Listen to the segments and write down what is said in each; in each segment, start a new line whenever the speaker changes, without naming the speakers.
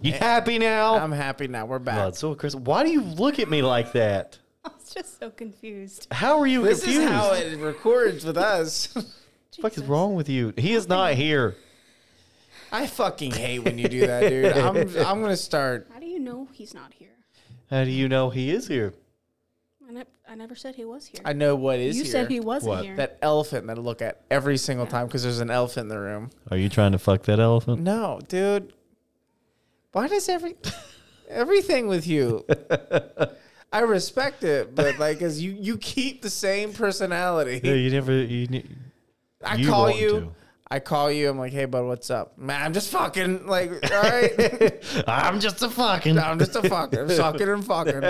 You happy now?
I'm happy now. We're back.
Oh, it's so Chris, why do you look at me like that?
I was just so confused.
How are you
this
confused?
is how it records with us.
What the fuck is wrong with you? He is not here.
I fucking hate when you do that, dude. I'm I'm gonna start.
How do you know he's not here?
How do you know he is here?
I, ne- I never said he was here.
I know what is
you
here.
said he wasn't
What?
here.
that elephant that I look at every single time because there's an elephant in the room.
Are you trying to fuck that elephant?
No, dude. Why does every everything with you? I respect it, but like, as you you keep the same
Yeah,
personality.
you never. You, ne-
I
you
call
want
you.
to.
I call you. I'm like, hey, bud, what's up? Man, I'm just fucking. Like, all right,
I'm just a fucking.
I'm just a fucker, sucking and fucking.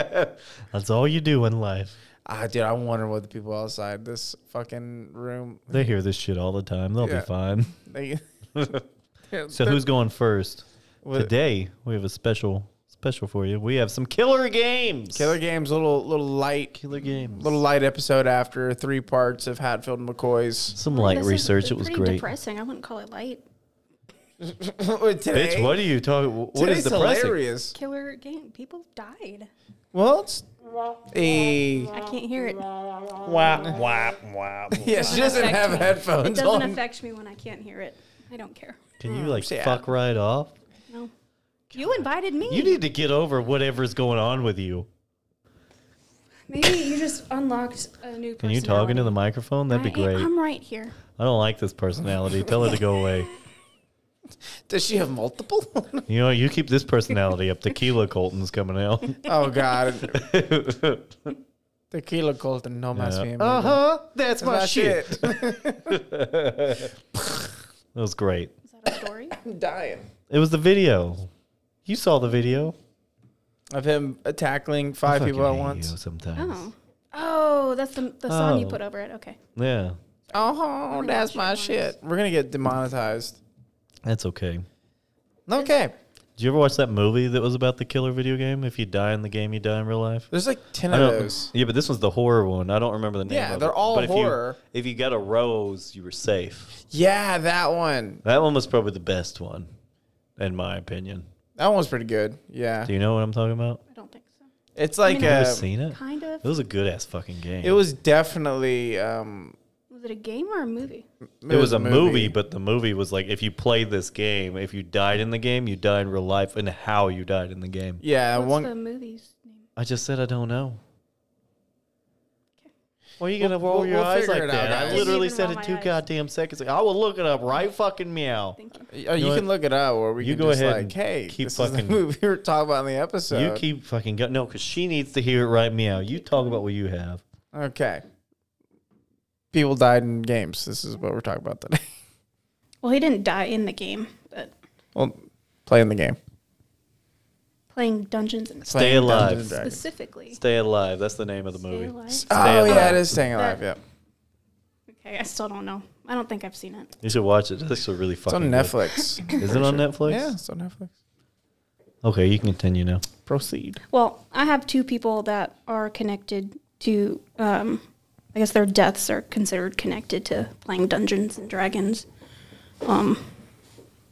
That's all you do in life.
Ah, dude, I wonder what the people outside this fucking room.
They hear this shit all the time. They'll
Yeah.
be fine.
They,
So who's going first?
What-
Today we have a special special for you. We have some killer games.
Killer Games? Little little light
killer games.
little light episode after three parts of Hatfield and McCoy's.
some light
This is
research. It was
pretty
great.
depressing. I wouldn't call it light.
Today,
Bitch, what are you talking? wh- What is
today's
depressing?
hilarious.
Killer game. People died.
Well, it's a
I can't hear it. It
Wah, wah, wah.
yeah. She doesn't have headphones on.
doesn't affect me when I can't hear it. I don't care.
Can you like
Yeah.
fuck right off?
No. You invited me.
You need to get over whatever's going on with you.
Maybe you just unlocked a new.
Can you talk into the microphone? That'd be great.
I'm right here.
I don't like this personality. Tell her to go away.
Does she have multiple?
You know, you keep this personality up. Tequila Colton's coming out.
oh God, tequila Colton, no mas mi amigo.
huh. That's
Uh-huh. My shit,
That was great.
Is that a story?
I'm dying
It was the video. You saw the video.
of him uh, tackling five people at
Fucking hate
once.
you Sometimes.
oh. Oh, that's the, the song you
Oh.
put over it. Okay.
Yeah,
Oh,
my
that's
gosh,
my
your
shit. We're gonna get demonetized.
that's okay.
Okay,
Did you ever watch that movie that was about the killer video game? If you die in the game, you die in real life.
there's like ten
I
of
don't-
those.
Yeah, but this one's the horror one. I don't remember the name.
Yeah,
of
they're
it.
all
But if you-
horror.
If you got a rose, you were safe.
Yeah, that one.
That one was probably the best one, in my opinion.
That one was pretty good. Yeah,
Do you know what I'm talking about?
I don't think so.
it's like
mean,
Have
uh,
you seen it?
Kind of.
It was a good ass fucking game.
it was definitely um,
Was it a game or a movie?
It was a movie, but the movie was like if you played this game, if you died in the game, you died in real life, and how you died in the game.
yeah,
What's
one
the movie's name?
I just said I don't know.
Okay.
Why are you gonna
We'll-
roll
we'll-
your
we'll
eyes
figure
like
it out,
that? I
guys.
literally
Even
said
roll
it
my
two
eyes.
goddamn seconds ago. I will look it up right fucking meow.
Thank you.
Oh, you,
know
can look it up, or we
You
can
go
just
ahead
like,
and
hey,
keep
this is
fucking-
the movie we were talking about in the episode.
You keep fucking go. No, because she needs to hear it right meow. You talk about what you have.
okay. People died in games. This is what we're talking about today.
Well, he didn't die in the game, but
well, playing the game.
playing Dungeons and
Stay
Playing
alive.
Dungeons and Dragons.
specifically.
Stay alive. That's the name of the movie.
Daylight?
Stay
oh yeah,
alive.
it is staying alive. Yeah,
That- Okay, I still don't know. I don't think I've seen it.
You should watch it. That's actually really
it's
fucking.
on
good.
Netflix.
Is it on Netflix?
yeah, it's on Netflix.
Okay, you can continue now.
Proceed.
Well, I have two people that are connected to. Um, I guess their deaths are considered connected to playing Dungeons and Dragons. Um,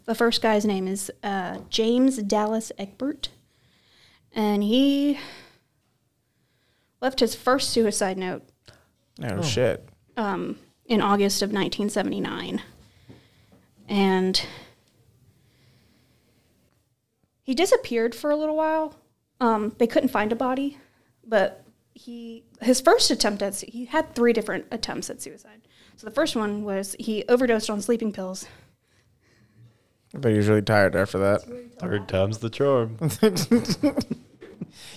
the first guy's name is uh, James Dallas Egbert, and he left his first suicide note
Oh, shit.
um, in August of 1979. And he disappeared for a little while. Um, they couldn't find a body, but he his first attempt at he had three different attempts at suicide. So the first one was he overdosed on sleeping pills.
But he's really tired after that.
Third time's the charm.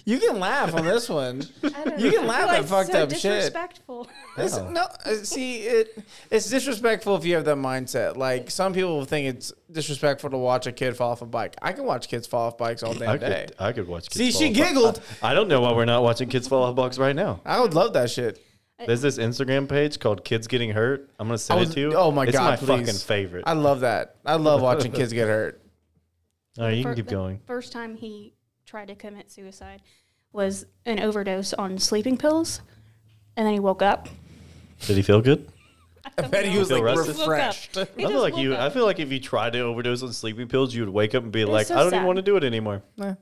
You can laugh on this one. You can laugh at fucked up shit.
Disrespectful.
It's, no, uh, see, it it's disrespectful if you have that mindset. Like some people think it's disrespectful to watch a kid fall off a bike. I can watch kids fall off bikes all damn
I
day.
could, I could watch. Kids
See,
fall
she
off a-
giggled.
I, I don't know why we're not watching kids fall off box right now.
I would love that shit.
There's this Instagram page called Kids Getting Hurt. I'm gonna send
I
it
was-
to you.
Oh my
it's
god,
it's
please.
my fucking favorite.
I love that. I love watching kids get hurt.
All right, you can
Fir-
keep
the
going.
First time he tried to commit suicide was an overdose on sleeping pills, and then he woke up.
Did he feel good?
I bet he was
Feel
like
rested?
refreshed.
Woke up. He
I
just
feel like you.
woke
I
up.
feel like if you tried to overdose on sleeping pills, you would wake up and be
was
like,
so
"I don't
sad.
even want to do it anymore."
Nah,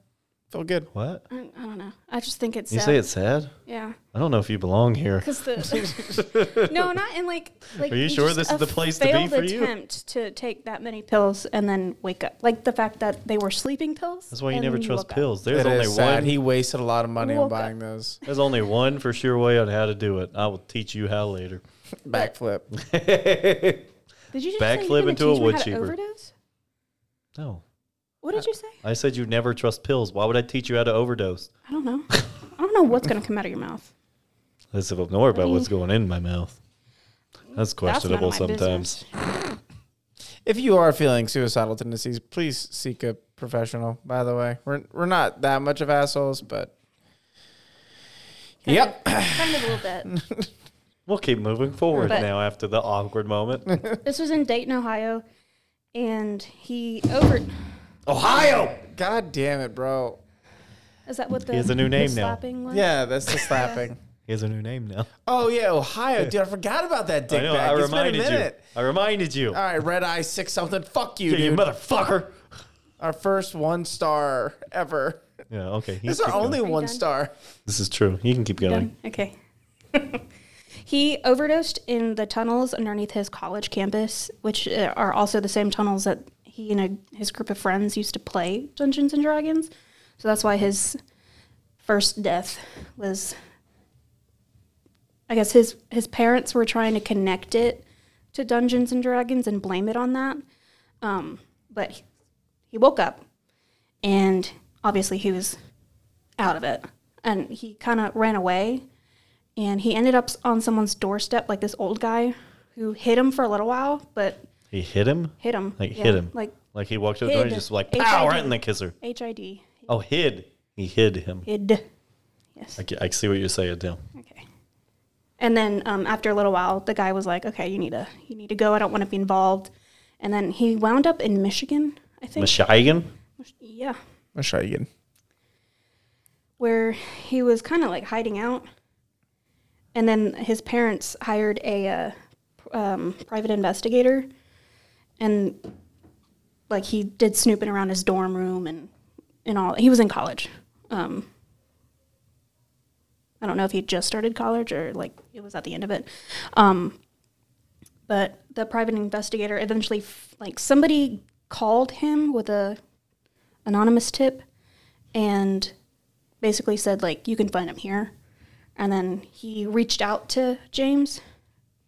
felt good.
What?
I I don't know. I just think it's
You
sad.
say it's sad?
yeah.
I don't know if you belong here.
Because the no, not in like like.
Are you
he
sure
just
this is
a
the place to be
failed
for you?
Attempt to take that many pills and then wake up. Like the fact that they were sleeping pills.
That's why you
and
never
then
trust
woke up.
pills. There's
It
only
is sad.
one.
He wasted a lot of money on
Woke up.
buying those.
There's only one for sure way on how to do it. I will teach you how later.
Backflip.
Did you just say
Backflip
you're
into a wood Uh,
into teach me how to
chipper.
overdose?
No,
What did you say?
I said you never trust pills. Why would I teach you how to overdose?
I don't know. I don't know what's gonna come out of your mouth.
Let's ignore about what's going in my mouth. That's
That's none of
questionable
my
sometimes.
business.
If you are feeling suicidal tendencies, please seek a professional. By the way, we're we're not that much of assholes, but
Kind
yep.
of- kind of a little bit.
We'll keep moving forward
But-
now after the awkward moment.
This was in Dayton, Ohio, and he over.
Ohio!
God damn it, bro.
Is that what the
He has a new
the
name now.
slapping was?
Yeah, that's the slapping.
He has a new name now.
Oh yeah, Ohio, dude. I forgot about that dick
I know.
bag.
I
It's
reminded
been a
you.
minute.
I reminded you.
All right, red eye six something. Fuck you,
Yeah,
dude.
you motherfucker.
our first one star ever.
Yeah, okay. he
This is
can
our
keep
only
going.
one
done?
star.
This is true. He can keep going.
Done. Okay. he overdosed in the tunnels underneath his college campus, which uh, are also the same tunnels that he and a, his group of friends used to play Dungeons and Dragons. So that's why his first death was. I guess his his parents were trying to connect it to Dungeons and Dragons and blame it on that, um, but he- he woke up, and obviously he was out of it. And he kind of ran away and he ended up s- on someone's doorstep, like this old guy who hit him for a little while, but
He hit him?
hit him.
Like,
Yeah,
hit him.
Like
Like he walked up the door and
Hid.
just like,
Hid.
pow, right in the kisser.
HID.
Oh, hid. He hid him.
Hid. Yes.
I, ca- I see what you're saying now.
Okay. And then um, after a little while, the guy was like, okay, you need to, you need to go. I don't want to be involved. And then he wound up in Michigan, I think.
Michigan?
Yeah.
I'll show you again.
where he was kind of like hiding out. And then his parents hired a uh, p- um, private investigator, and like he did snooping around his dorm room and and all. He was in college. Um, I don't know if he just started college or like it was at the end of it. Um, but the private investigator eventually, f- like somebody called him with a anonymous tip, and basically said like you can find him here and then he reached out to james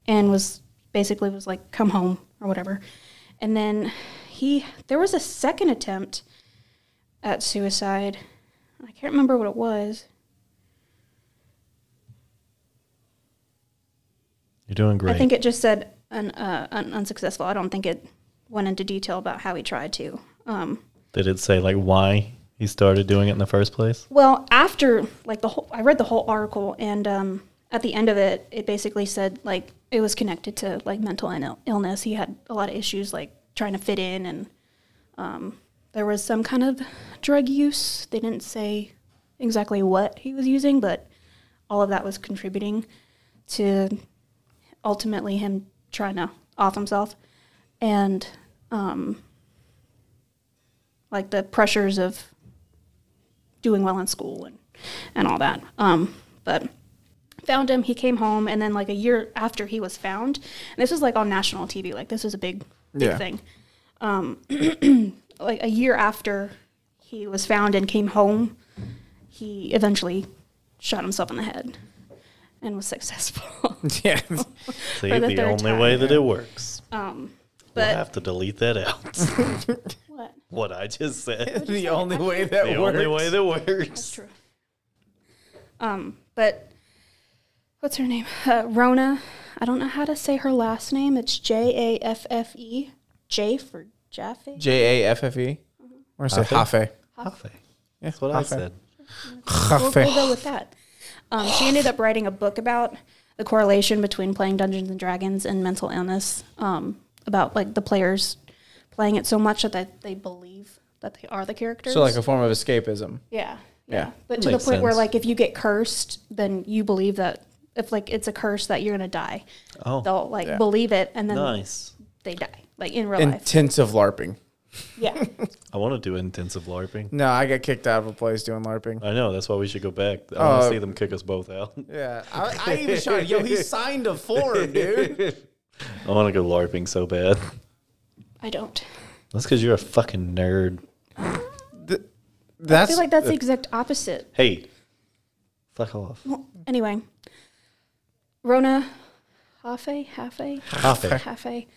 and was basically was like come home or whatever and then he there was a second attempt at suicide i can't remember what it was
You're doing great.
i think it just said an, uh, un- unsuccessful i don't think it went into detail about how he tried to um,
Did it say like why he started doing it in the first place?
Well, after like the whole, I read the whole article, and um, at the end of it, it basically said like it was connected to like mental Ill- illness. He had a lot of issues like trying to fit in, and um, there was some kind of drug use. They didn't say exactly what he was using, but all of that was contributing to ultimately him trying to off himself, and um, like the pressures of doing well in school and, and all that. Um, but found him, he came home, and then like a year after he was found, and this was like on national TV, like this was a big, big
Yeah.
thing. Um, like a year after he was found and came home, he eventually shot himself in the head and was successful.
Yeah.
See,
For
the,
the third
only
time.
way that it works. we'll
Um, but
have to delete that out.
what?
what I just said.
the only way that
The
works.
only way that works.
That's true. Um, but what's her name? Uh, Rona. I don't know how to say her last name. It's J A F F E. J for Jaffe.
J A F F E.
Mm-hmm.
Or say
Hafe?
Hafe.
Hafe.
Yeah,
That's what I said.
we'll, we'll go with that. Um, she ended up writing a book about the correlation between playing Dungeons and Dragons and mental illness um, about like the players playing it so much that they, they believe that they are the characters.
So like a form of escapism.
yeah,
Yeah.
But to the
Makes
point where
sense.
like if you get cursed, then you believe that if like it's a curse that you're gonna die,
Oh.
they'll like
Yeah.
believe it and then
Nice.
they die like in real life.
Intensive LARPing.
Yeah.
I want to do intensive LARPing.
No, I got kicked out of a place doing LARPing.
I know. That's why we should go back. I want
Uh,
to see them kick us both out.
Yeah, I, I even shot. Yo, he signed a form, dude.
I want to go LARPing so bad.
I don't.
That's because you're a fucking nerd.
I
That's
feel like that's the exact opposite.
Hey, fuck off.
Anyway, Rona Hafe, Hafe,
Hafe.
Hafe,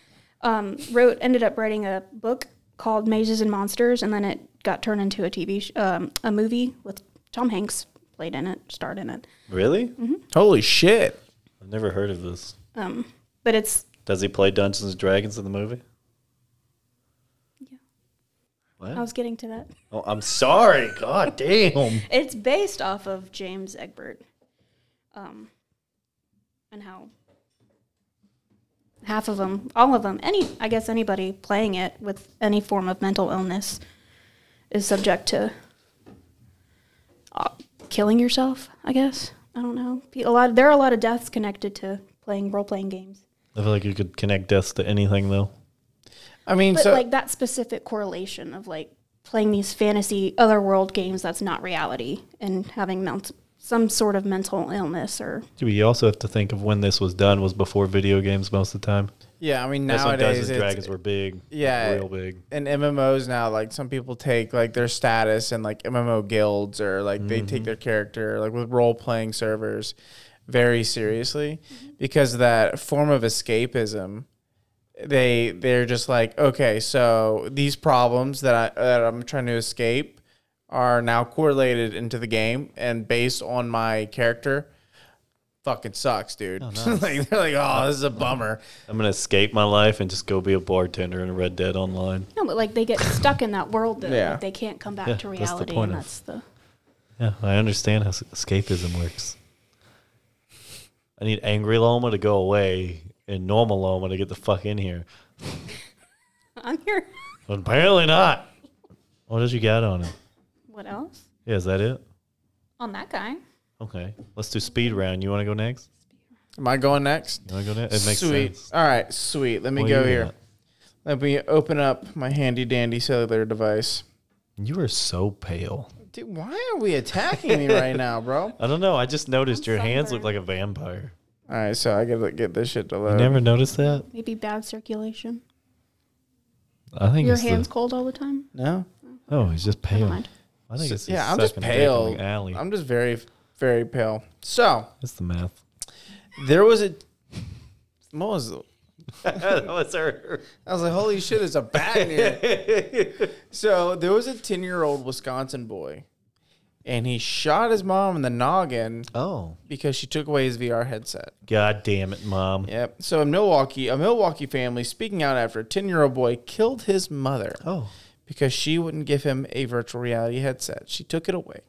um, wrote ended up writing a book called Mazes and Monsters, and then it got turned into a TV, sh- um, a movie with Tom Hanks played in it, starred in it.
Really?
Mm-hmm.
holy shit.
I've never heard of this.
But it's
Does he play Dungeons and Dragons in the movie?
Yeah.
What?
I was getting to that.
oh, I'm sorry. God damn.
It's based off of James Egbert, um, and how half of them, all of them, any I guess anybody playing it with any form of mental illness is subject to uh, killing yourself. I guess I don't know. Pe- A lot there are a lot of deaths connected to playing role playing games,
I feel like you could connect deaths to anything, though.
I mean,
but
so
like that specific correlation of like playing these fantasy otherworld games that's not reality and having mount- some sort of mental illness or
Do we also have to think of when this was done was before video games most of the time?
yeah, I mean
That's when
nowadays
Dungeons and
it's,
Dragons were big.
yeah.
Real big.
in MMOs now, like some people take like their status and like MMO guilds or like they
Mm-hmm.
take their character like with role playing servers very seriously because of that form of escapism. They they're just like okay, so these problems that I that I'm trying to escape are now correlated into the game and based on my character. Fucking sucks, dude. like they're like, oh, this is a
Uh-huh.
bummer.
I'm gonna escape my life and just go be a bartender in Red Dead Online.
No, but like they get stuck in that world that
Yeah.
like, they can't come back
Yeah,
to
that's the
reality,
point
and
of-
that's the
Yeah, I understand how s- escapism works. I need angry Loma to go away and normal Loma to get the fuck in here.
I'm here.
But apparently not. What did you got on him?
What else
Yeah, is that it?
on that guy?
Okay, let's do speed round. You want to go next?
Am I going next?
You want to go next? It makes
sweet.
sense.
All right, sweet. Let me
What
go
you
here.
got?
Let me open up my handy dandy cellular device.
You are so pale.
Dude, why are we attacking me right now, bro? All
I don't know. I just noticed your hands look
sunburned.
like a vampire.
right, so I gotta get this shit to
You
load.
never noticed that?
Maybe bad circulation.
I think
Your
it's the-
hands cold all the time.
no.
oh, he's just pale.
Never mind.
I think it's
yeah, I'm just pale.
Alley.
I'm just very, very pale. So
it's the math.
there was a. What was? the-
that was her.
I was like, holy shit, it's a bat in here. so there was a ten-year-old Wisconsin boy, and he shot his mom in the noggin
Oh,
because she took away his VR headset.
god damn it, mom.
Yep. So in Milwaukee, a Milwaukee family speaking out after a 10 year old boy killed his mother
Oh,
because she wouldn't give him a virtual reality headset. She took it away.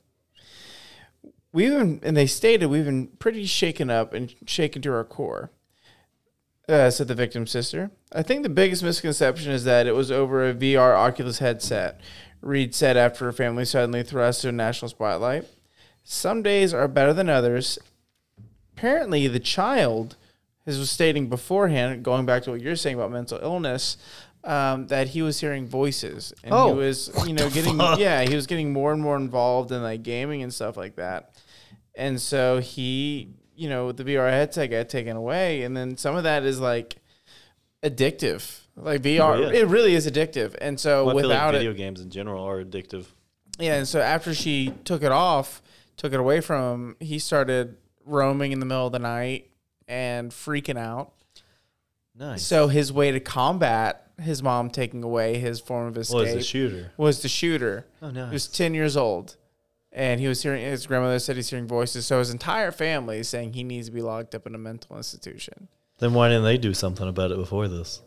We've been, and they stated, we've been pretty shaken up and shaken to our core, uh, said the victim's sister. I think the biggest misconception is that it was over a VR Oculus headset, Reed said after her family suddenly thrust to a national spotlight. Some days are better than others. Apparently, the child, as was stating beforehand, going back to what you're saying about mental illness, um, that he was hearing voices and
Oh,
he was, you know, getting yeah, he was getting more and more involved in like gaming and stuff like that. And so he, you know, the VR headset got taken away, and then some of that is like addictive. Like VR,
Yeah.
it really is addictive. And so
Well, I feel like
without it,
video games in general are addictive.
yeah, and so after she took it off, took it away from him, he started roaming in the middle of the night and freaking out.
Nice.
So his way to combat his mom taking away his form of escape
Was the shooter?
was to shoot her.
Oh
He
no.
was 10 years old. And he was hearing, his grandmother said he's hearing voices. So his entire family is saying he needs to be locked up in a mental institution.
Then why didn't they do something about it before this,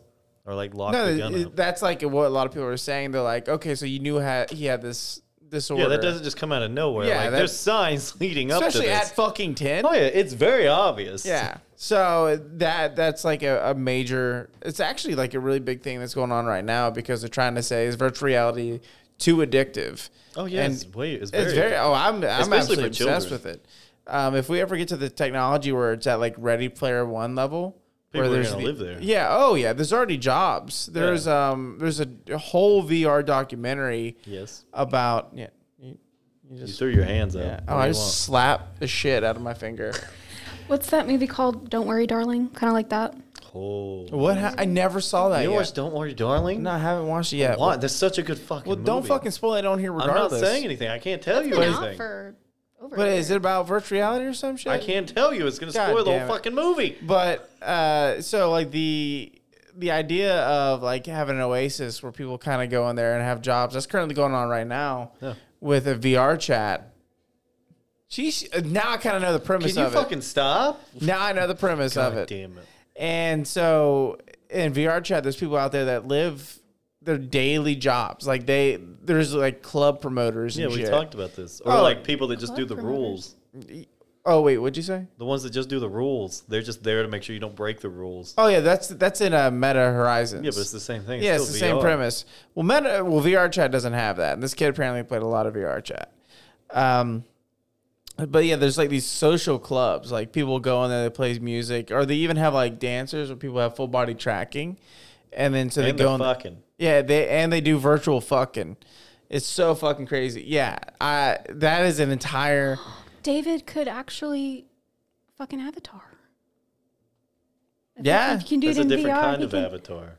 or like lock
No,
the gun
it-
up?
that's like what a lot of people are saying. They're like, okay, so you knew ha- he had this disorder.
Yeah, that doesn't just come out of nowhere.
Yeah,
like
that-
there's signs leading up to
especially
this.
at fucking ten.
oh yeah, it's very obvious.
Yeah. So that that's like a, a major. It's actually like a really big thing that's going on right now because they're trying to say is virtual reality too addictive.
Oh, yeah,
And
it's way- it's
it's
very
very.
addictive.
Oh, I'm I'm
Especially
absolutely
for
obsessed
children.
with it. Um, if we ever get to the technology where it's at like Ready Player One level,
People
where
are
there's
gonna
the-
live there.
Yeah. Oh yeah. There's already jobs. There's um there's a whole VR documentary
Yes.
about yeah. You, you
You
just
threw your hands out.
yeah.
What do
Oh, I
you
just
want?
slapped the shit out of my finger.
What's that movie called? Don't Worry, Darling? Kind of like that.
Oh.
What? Ha- I never saw that.
You
yet.
watched Don't Worry, Darling?
No, I haven't watched it yet.
Why? That's such a good fucking
Well, don't
movie.
fucking spoil it on here
I'm not
regardless.
saying anything. I can't tell you
Been out
anything.
for over.
But
a
is
year.
it about virtual reality or some shit?
I can't tell you. It's going to
God
spoil the
damn
whole
it.
fucking movie.
But uh, so like the the idea of like having an oasis where people kind of go in there and have jobs that's currently going on right now
Yeah.
with a VR chat. She's now I kind of know the premise
Can you
of
fucking stop?
it. Now I know the premise of
God
it.
damn it.
And so in VR chat, there's people out there that live their daily jobs. Like they, there's like club promoters.
Yeah,
and
we
shit.
talked about this. Or
Oh.
like people that just do the
Club promoters.
rules.
Oh wait, what'd you say?
The ones that just do the rules. They're just there to make sure you don't break the rules.
Oh yeah, that's that's in uh, Meta Horizons.
Yeah, but it's the same thing.
yeah, it's
still
the same
VR.
premise. Well, Meta, well, VR Chat doesn't have that. And this kid apparently played a lot of VR Chat. Um, but yeah, there's like these social clubs. Like people go in there, they play music, or they even have like dancers where people have full body tracking, and then so
And
they go
they're
in.
fucking.
Yeah, they and they do virtual fucking. It's so fucking crazy. Yeah, I that is an entire.
David could actually fucking Avatar. If you-
Yeah.
if you can do
It's
it
a
in
different
VR,
kind
he
of
can-
avatar.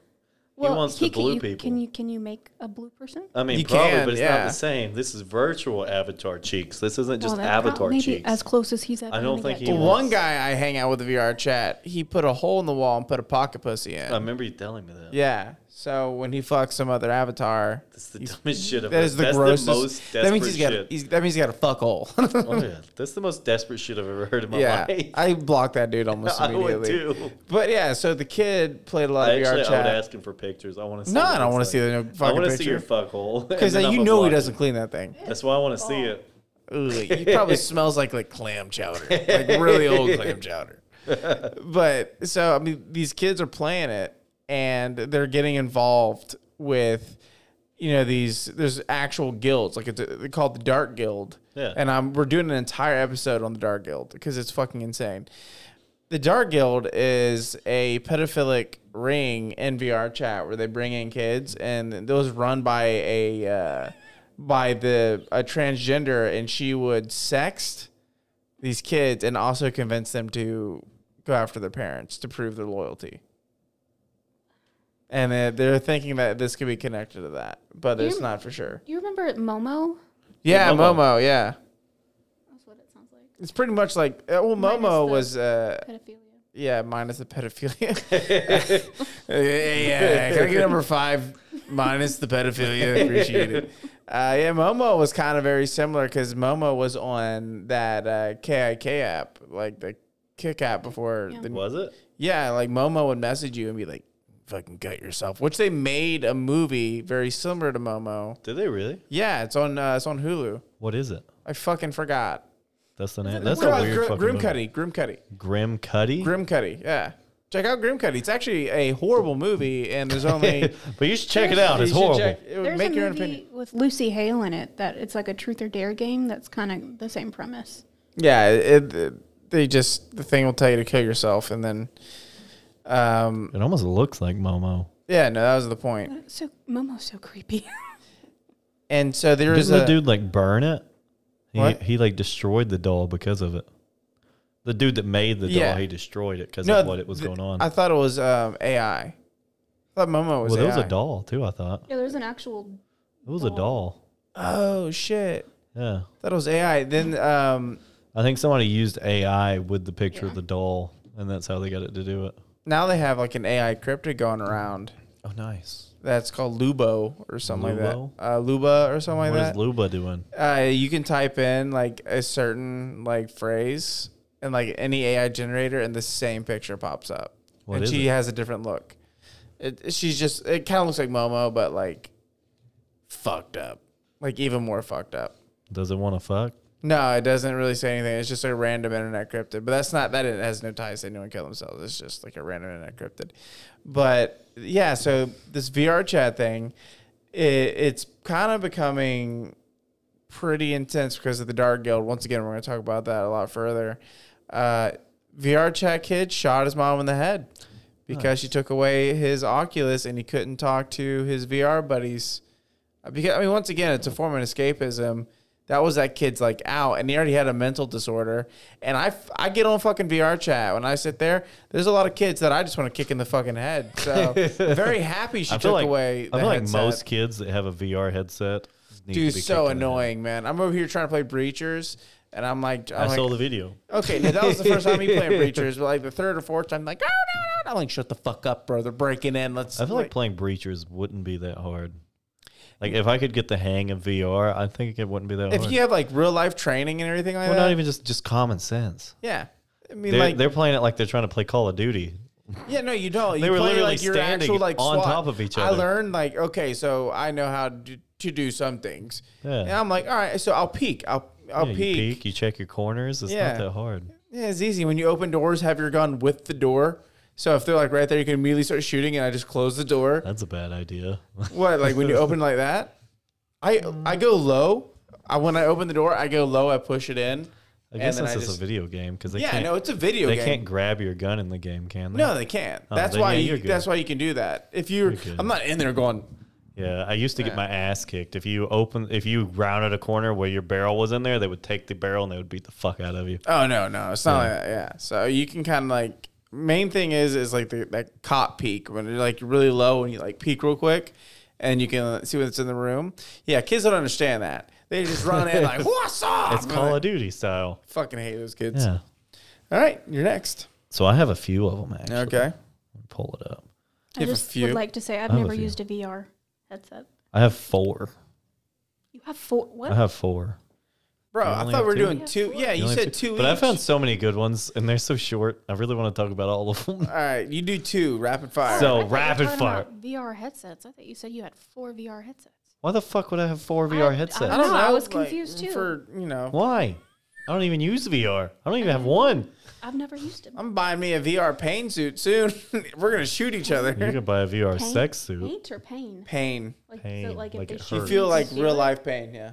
well,
he wants the
can-
blue
you-
people.
Can you can you make a blue person?
I mean,
You
probably,
can,
but it's not
yeah.
the same. This is virtual avatar cheeks. This isn't just
Well, that's prob-
avatar
maybe
cheeks.
As close as he's ever.
I don't
gonna
think
get
he
to
will.
it.
One guy I hang out with a VR Chat, he put a hole in the wall and put a pocket pussy in.
I remember you telling me that.
Yeah. So when he fucks some other avatar,
That's the dumbest shit. I've
that
ever-
is the
that's
grossest.
The most desperate
that means he's got.
shit.
He's, that means he's got a fuck hole.
Oh, yeah. That's the most desperate shit I've ever heard in my
yeah.
life.
I blocked that dude almost
I
immediately.
would too.
But yeah, so the kid played a lot
I
of VR
actually, I would
Chat
ask him for pictures. I want to. see
No,
what
I don't
it's
wanna
like.
see the
I
fucking
want to see your
picture.
fuck hole.
because
and then
you
I'ma
know he
block
doesn't clean that thing.
it. That's why I want to see it.
Ugh, he probably smells like like clam chowder, like really old clam chowder. But so I mean, these kids are playing it, and they're getting involved with, you know, these there's actual guilds like it's a, they're called the Dark Guild.
Yeah.
And I'm we're doing an entire episode on the Dark Guild because it's fucking insane. The Dark Guild is a pedophilic ring in VR chat where they bring in kids, and those run by a uh, by the a transgender, and she would sext these kids and also convince them to go after their parents to prove their loyalty. And they're, they're thinking that this could be connected to that, but it's
You-
not for sure.
Do you remember it, Momo?
Yeah,
Momo.
Momo. Yeah,
That's what it sounds like.
it's pretty much like uh, well,
Minus
Momo
the-
was uh,
Pedophilia.
Yeah, minus the pedophilia. yeah, yeah, can I get number five minus the pedophilia? Appreciate it. Uh, yeah, Momo was kind of very similar because Momo was on that uh, KIK app, like the Kick app before.
Yeah.
The,
Was it?
yeah, like Momo would message you and be like, "Fucking gut yourself," which they made a movie very similar to Momo.
Did they really?
Yeah, it's on uh, it's on Hulu.
What is it?
I fucking forgot.
That's the name. That's
What
a
about
weird
Gr-
fucking
Grim
movie.
Cuddy. Grim Cuddy.
Grim Cuddy.
Grim Cuddy, yeah. Check out Grim Cuddy. It's actually a horrible movie, and there's only
but you should check it out. It's
you should
horrible.
check- it would
There's
make
a
your own
movie
opinion.
with Lucy Hale in it that it's like a truth or dare game that's kind of the same premise.
Yeah, it, it- they just the thing will tell you to kill yourself, and then, um,
It almost looks like Momo.
yeah, no, that was the point.
But it's so Momo's so creepy.
And so there
Didn't
is
the
a
dude like burn it? He,
What?
he like destroyed the doll because of it. The dude that made the
Yeah.
doll, he destroyed it because
No,
of what it was
th-
going on.
I thought it was um, AI. I thought Momo was
well, there was
AI.
a doll too. I thought
yeah, there's an actual.
it was a doll.
Doll.
Oh shit,
Yeah,
that was AI. Then um,
I think somebody used AI with the picture of
Yeah.
the doll, and that's how they got it to do it.
now they have like an AI cryptid going around
Oh, nice.
that's called Lubo or something
Lubo?
like that. Uh, Luba or something like
What
that.
is Luba doing?
uh, you can type in like a certain like phrase and like any AI generator, and the same picture pops up.
What
and
is
she
it?
has a different look. It, she's just it kind of looks like Momo, but like fucked up. like even more fucked up.
Does it want to fuck?
No, it doesn't really say anything. It's just a random internet cryptid. But that's not that it has no ties to anyone kill themselves. It's just like a random internet cryptid. But yeah, so this VR chat thing, it, it's kind of becoming pretty intense because of the Dark Guild. Once again, we're going to talk about that a lot further. Uh, VR chat kid shot his mom in the head because she took away his Oculus and he couldn't talk to his VR buddies. Uh, Because I mean, once again, it's a form of escapism. That was that kid's like out, and he already had a mental disorder. And I, f- I get on fucking VR chat when I sit there. There's a lot of kids that I just want to kick in the fucking head. So very happy she
I
took
feel like
away. The
I feel like
headset.
most kids that have a VR headset need
Dude,
to be
so
kicked in the head.
annoying, man. I'm over here trying to play Breachers, and I'm like, I'm
I
like,
saw the video.
okay, no, that was the first time he played Breachers, but like the third or fourth time, like, no, no, no, I'm like, shut the fuck up, bro. They're breaking in. Let's.
I feel like playing Breachers wouldn't be that hard. Like if I could get the hang of VR, I think it wouldn't be that
if
hard.
you have like real life training and everything like
well,
that.
not even just just common sense.
yeah, I mean,
They're,
like,
they're playing it like they're trying to play Call of Duty.
yeah, no, you don't. You
They were
play
literally
like your
standing
actual like
on
SWAT.
top of each
I
other.
learned like, okay, so I know how to do, to do some things,
Yeah.
and I'm like, all right, so I'll peek. I'll I'll
Yeah, you
peek.
peek, you check your corners. It's
Yeah.
not that hard.
Yeah, it's easy. When you open doors, have your gun with the door. So if they're like right there, you can immediately start shooting, and I just close the door.
That's a bad idea.
What, like when you open like that? I I go low. I when I open the door, I go low. I push it in.
I guess
and then
that's
I
just
just,
a video game because they
yeah,
can't.
no, it's a video
they
game.
can't grab your gun in the game, can they?
no, they can't. that's
then,
why
yeah,
you.
you're good.
That's why you can do that. If you're,
good.
I'm not in there going.
Yeah, I used to get my ass kicked if you open if you rounded a corner where your barrel was in there. They would take the barrel and they would beat the fuck out of you.
Oh no, no, it's not like that. Yeah, so you can kind of like. Main thing is is like the that cop peek when you're like really low and you like peek real quick, and you can uh, see what's in the room. Yeah, kids don't understand that. They just run in like what's up.
It's Call of Duty style.
Fucking hate those kids.
Yeah.
All right, you're next.
So I have a few of them actually.
Okay.
Pull it up.
I
Give a
just
few.
would like to say I've
have a
never
few.
used a VR headset.
I have four.
You have four. What?
I have four.
Bro, I
only
thought
have
we were
two?
doing
Yeah,
two.
four.
Yeah,
The
you
only
said
two-
two.
But I
each.
found so many good ones, and they're so short. I really want to talk about all of them.
All right, you do two rapid fire.
So-
I thought you were
rapid
talking
fire.
about VR headsets. I thought you said you had four VR headsets.
Why the fuck would I have four VR
I
headsets?
I don't
No,
know.
I was
like,
confused too.
For you know,
Why? I don't even use VR. I don't even have one.
I've never used them.
I'm buying me a VR pain suit soon. we're gonna shoot each
You
other.
could buy a VR
Pain-
sex suit.
Paint or pain?
Pain.
Like,
Pain,
So
like
like, if
it
they
hurts.
shoot
You
You feel
you,
like
just
real life pain. Yeah.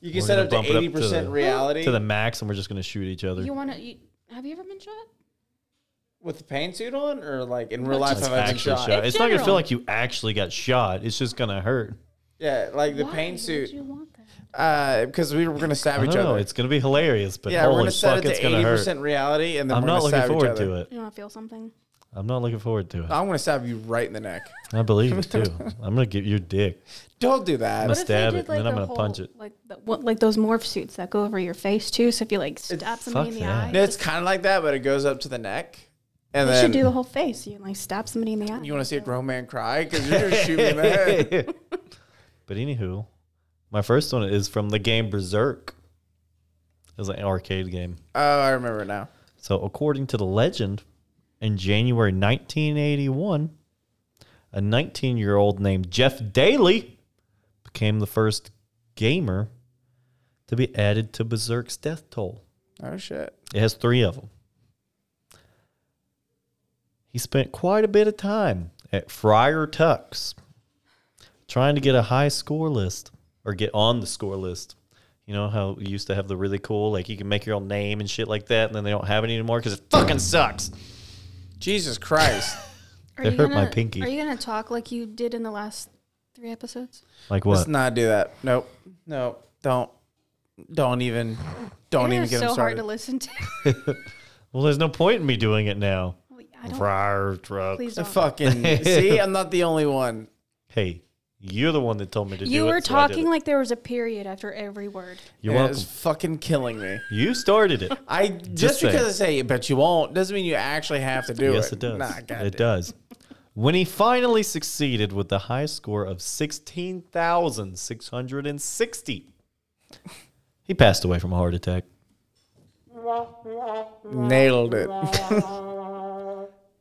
You can
We're
set
gonna
up to
bump it up to
eighty percent
the-
reality
To the max, and we're just going to shoot each other.
You want to? You, have you ever been shot?
with the pain suit on, or like in real
No,
life
just
have
Like
I been
actual
shot?
shot.
In
It's not going to feel
general.
like you actually got shot. It's just going to hurt.
Yeah, like the
Why
pain
would
suit.
you want that?
Uh, because we were gonna stab
I
each
don't know.
other.
It's going to be hilarious, but
Yeah, we're
holy
gonna set
fuck,
it
it's
to
going
eighty
to hurt.
percent reality, and then
I'm
we're
not
gonna
looking
stab each
forward
other.
to it.
You want to feel something?
I'm not looking forward to it.
I'm gonna stab you right in the neck.
I believe it too. I'm going to get your dick.
Don't do that.
Must- stab it, and then I'm gonna punch it.
Like, the, what, like those morph suits that go over your face too. So if you like stab somebody
fuck
in the
that.
eye,
No, it's kind of like that, but it goes up to the neck. And
they
then
should do the whole face. You can, like stab somebody in the eye.
you want to see a grown man cry because you're gonna shoot me in the head.
But anywho, my first one is from the game Berserk. It was an arcade game.
Oh, I remember now.
So according to the legend, in January 1981, a 19-year-old named Jeff Daly became the first gamer to be added to Berserk's death toll.
Oh shit.
It has three of them. He spent quite a bit of time at Friar Tuck's trying to get a high score list or get on the score list. You know how you used to have the really cool, like you can make your own name and shit like that, and then they don't have it anymore because it fucking sucks.
Jesus Christ.
Are
They
you
hurt my
gonna-
pinky.
Are you gonna talk like you did in the last three episodes?
Like
Let's
what?
not do that. Nope. Nope. Don't. Don't even. Don't
They
even
are
get
so
him
hard
started.
to listen to.
well, there's no point in me doing it now.
I don't.
Friar Tuck.
Please
The
don't.
fucking. see, I'm not the only one.
Hey, you're the one that told me to do it.
You were
so I did
talking
it.
like there was a period after every word.
You're
Yeah,
welcome.
It's fucking killing me.
You started it.
I just,
saying.
because I say you bet you won't doesn't mean you actually have to do
yes,
it.
it does.
Nah,
it
goddamn.
does. When he finally succeeded with the high score of 16,660, he passed away from a heart attack.
Nailed it.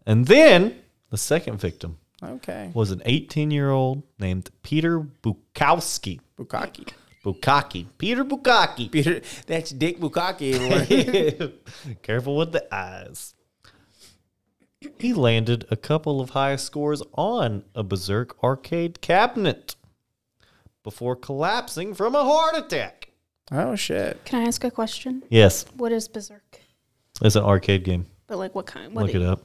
And then the second victim,
Okay.
was an 18 year old named Peter Bukowski.
Bukaki.
Bukaki. Peter Bukaki.
Peter, that's Dick Bukaki. everyone.
Careful with the eyes. He landed a couple of high scores on a Berserk arcade cabinet before collapsing from a heart attack.
oh shit.
Can I ask a question?
Yes,
What is Berserk?
it's an arcade game.
But like, what kind? What
Look it up.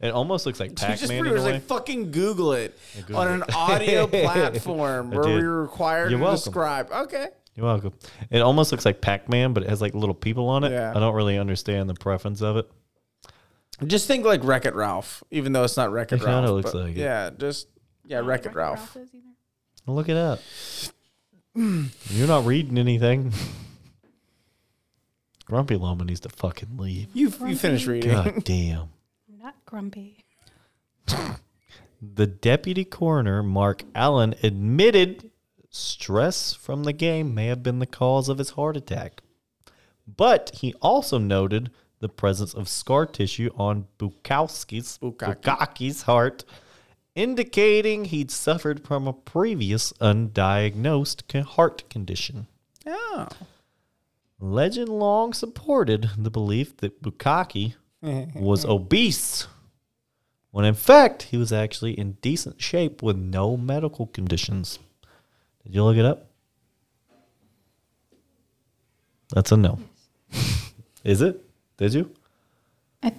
It almost looks like
You just
Pac-Man in a
pretty much
way.
like fucking Google it on an audio platform
I
where
did.
we're required
You're
to
welcome.
describe. Okay.
You're welcome. It almost looks like Pac-Man, but it has like little people on it.
Yeah.
I don't really understand the preference of it.
Just think like Wreck It Ralph, even though it's not Wreck It
It kinda
Ralph.
looks
but
like it.
yeah, just yeah, Wreck It Ralph.
is either.
Look it up. You're not reading anything. Grumpy Loma needs to fucking leave.
You you finish reading.
God damn.
I'm not grumpy.
The deputy coroner, Mark Allen, admitted stress from the game may have been the cause of his heart attack. But he also noted the presence of scar tissue on Bukowski's,
Bukaki.
Bukaki's heart, indicating he'd suffered from a previous undiagnosed co- heart condition.
Oh.
Legend long supported the belief that Bukaki was obese, when in fact he was actually in decent shape with no medical conditions. Did you look it up? That's a no. Is it? Did you?
I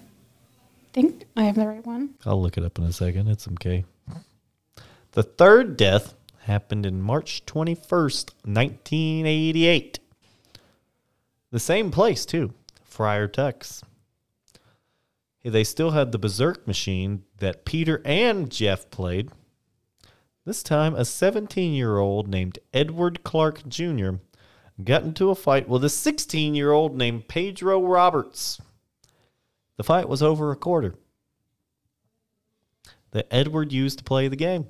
think I have the right one.
I'll look it up in a second. It's okay. The third death happened in March 21st, 1988. The same place, too, Friar Tuck's. They still had the Berserk machine that Peter and Jeff played. This time, a 17 year old named Edward Clark Jr. got into a fight with a 16 year old named Pedro Roberts. The fight was over a quarter that Edward used to play the game.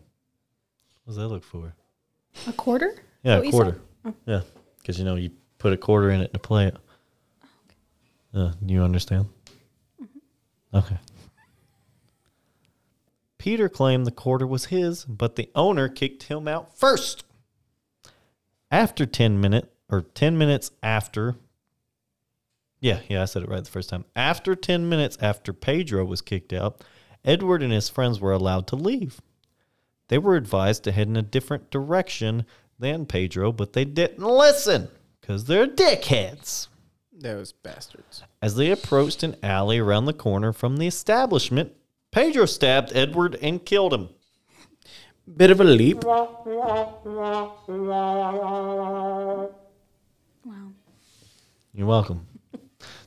What does that look for?
A quarter?
Yeah,
What
a
you
quarter.
said?
Yeah, because you know you put a quarter in it to play it. Uh, you understand? Okay. Peter claimed the quarter was his, but the owner kicked him out first. After ten minute or ten minutes after. Yeah, yeah, I said it right the first time. After ten minutes after Pedro was kicked out, Edward and his friends were allowed to leave. They were advised to head in a different direction than Pedro, but they didn't listen because they're dickheads.
Those bastards.
As they approached an alley around the corner from the establishment, Pedro stabbed Edward and killed him.
Bit of a leap.
Wow.
You're welcome.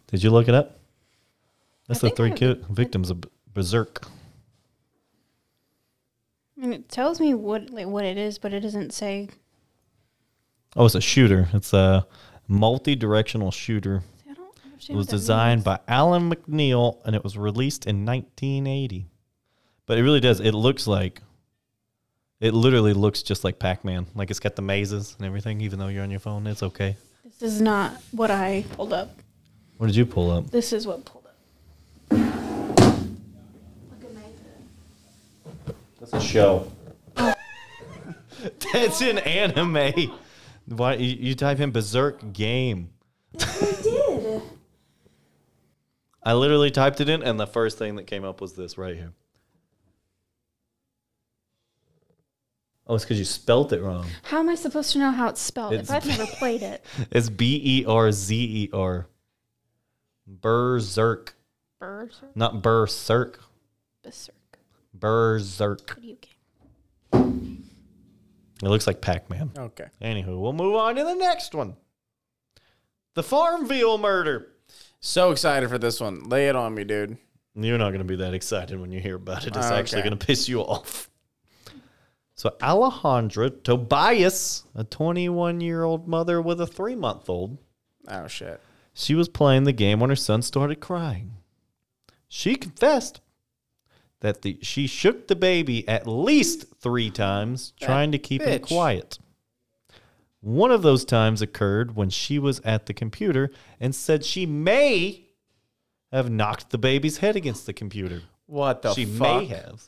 Did you look it up? That's the
think
three
I-
ki- victims of B- Berserk.
I mean, it tells me what like what it is, but it doesn't say.
Oh, it's a shooter. It's a multi-directional shooter.
I don't understand.
It was
what that
designed
means.
by Alan McNeil and it was released in 1980. But it really does. It looks like, it literally looks just like Pac Man. Like it's got the mazes and everything, even though you're on your phone. It's okay.
This is not what I pulled up.
What did you pull up?
This is what pulled up.
That's a show. That's an anime. Why you, you type in Berserk game?
I did.
I literally typed it in, and the first thing that came up was this right here. Oh, it's because you spelt it wrong.
How am I supposed to know how it's spelled
It's-
if I've never played it?
It's B E R Z E R. Berserk,
Berserk.
not berserk.
Berserk.
Berserk.
Video game.
It looks like Pac Man.
Okay.
Anywho, we'll move on to the next one. The Farmville murder.
So excited for this one. Lay it on me, dude.
You're not going to be that excited when you hear about it. It's
Oh,
actually
okay.
going to piss you off. So, Alejandra Tobias, a 21 year old mother with a three month old,
Oh shit.
she was playing the game when her son started crying. She confessed that the, she shook the baby at least three times, trying to keep him
bitch.
quiet. One of those times occurred when she was at the computer and said she may have knocked the baby's head against the computer
What the
she
fuck?
may have.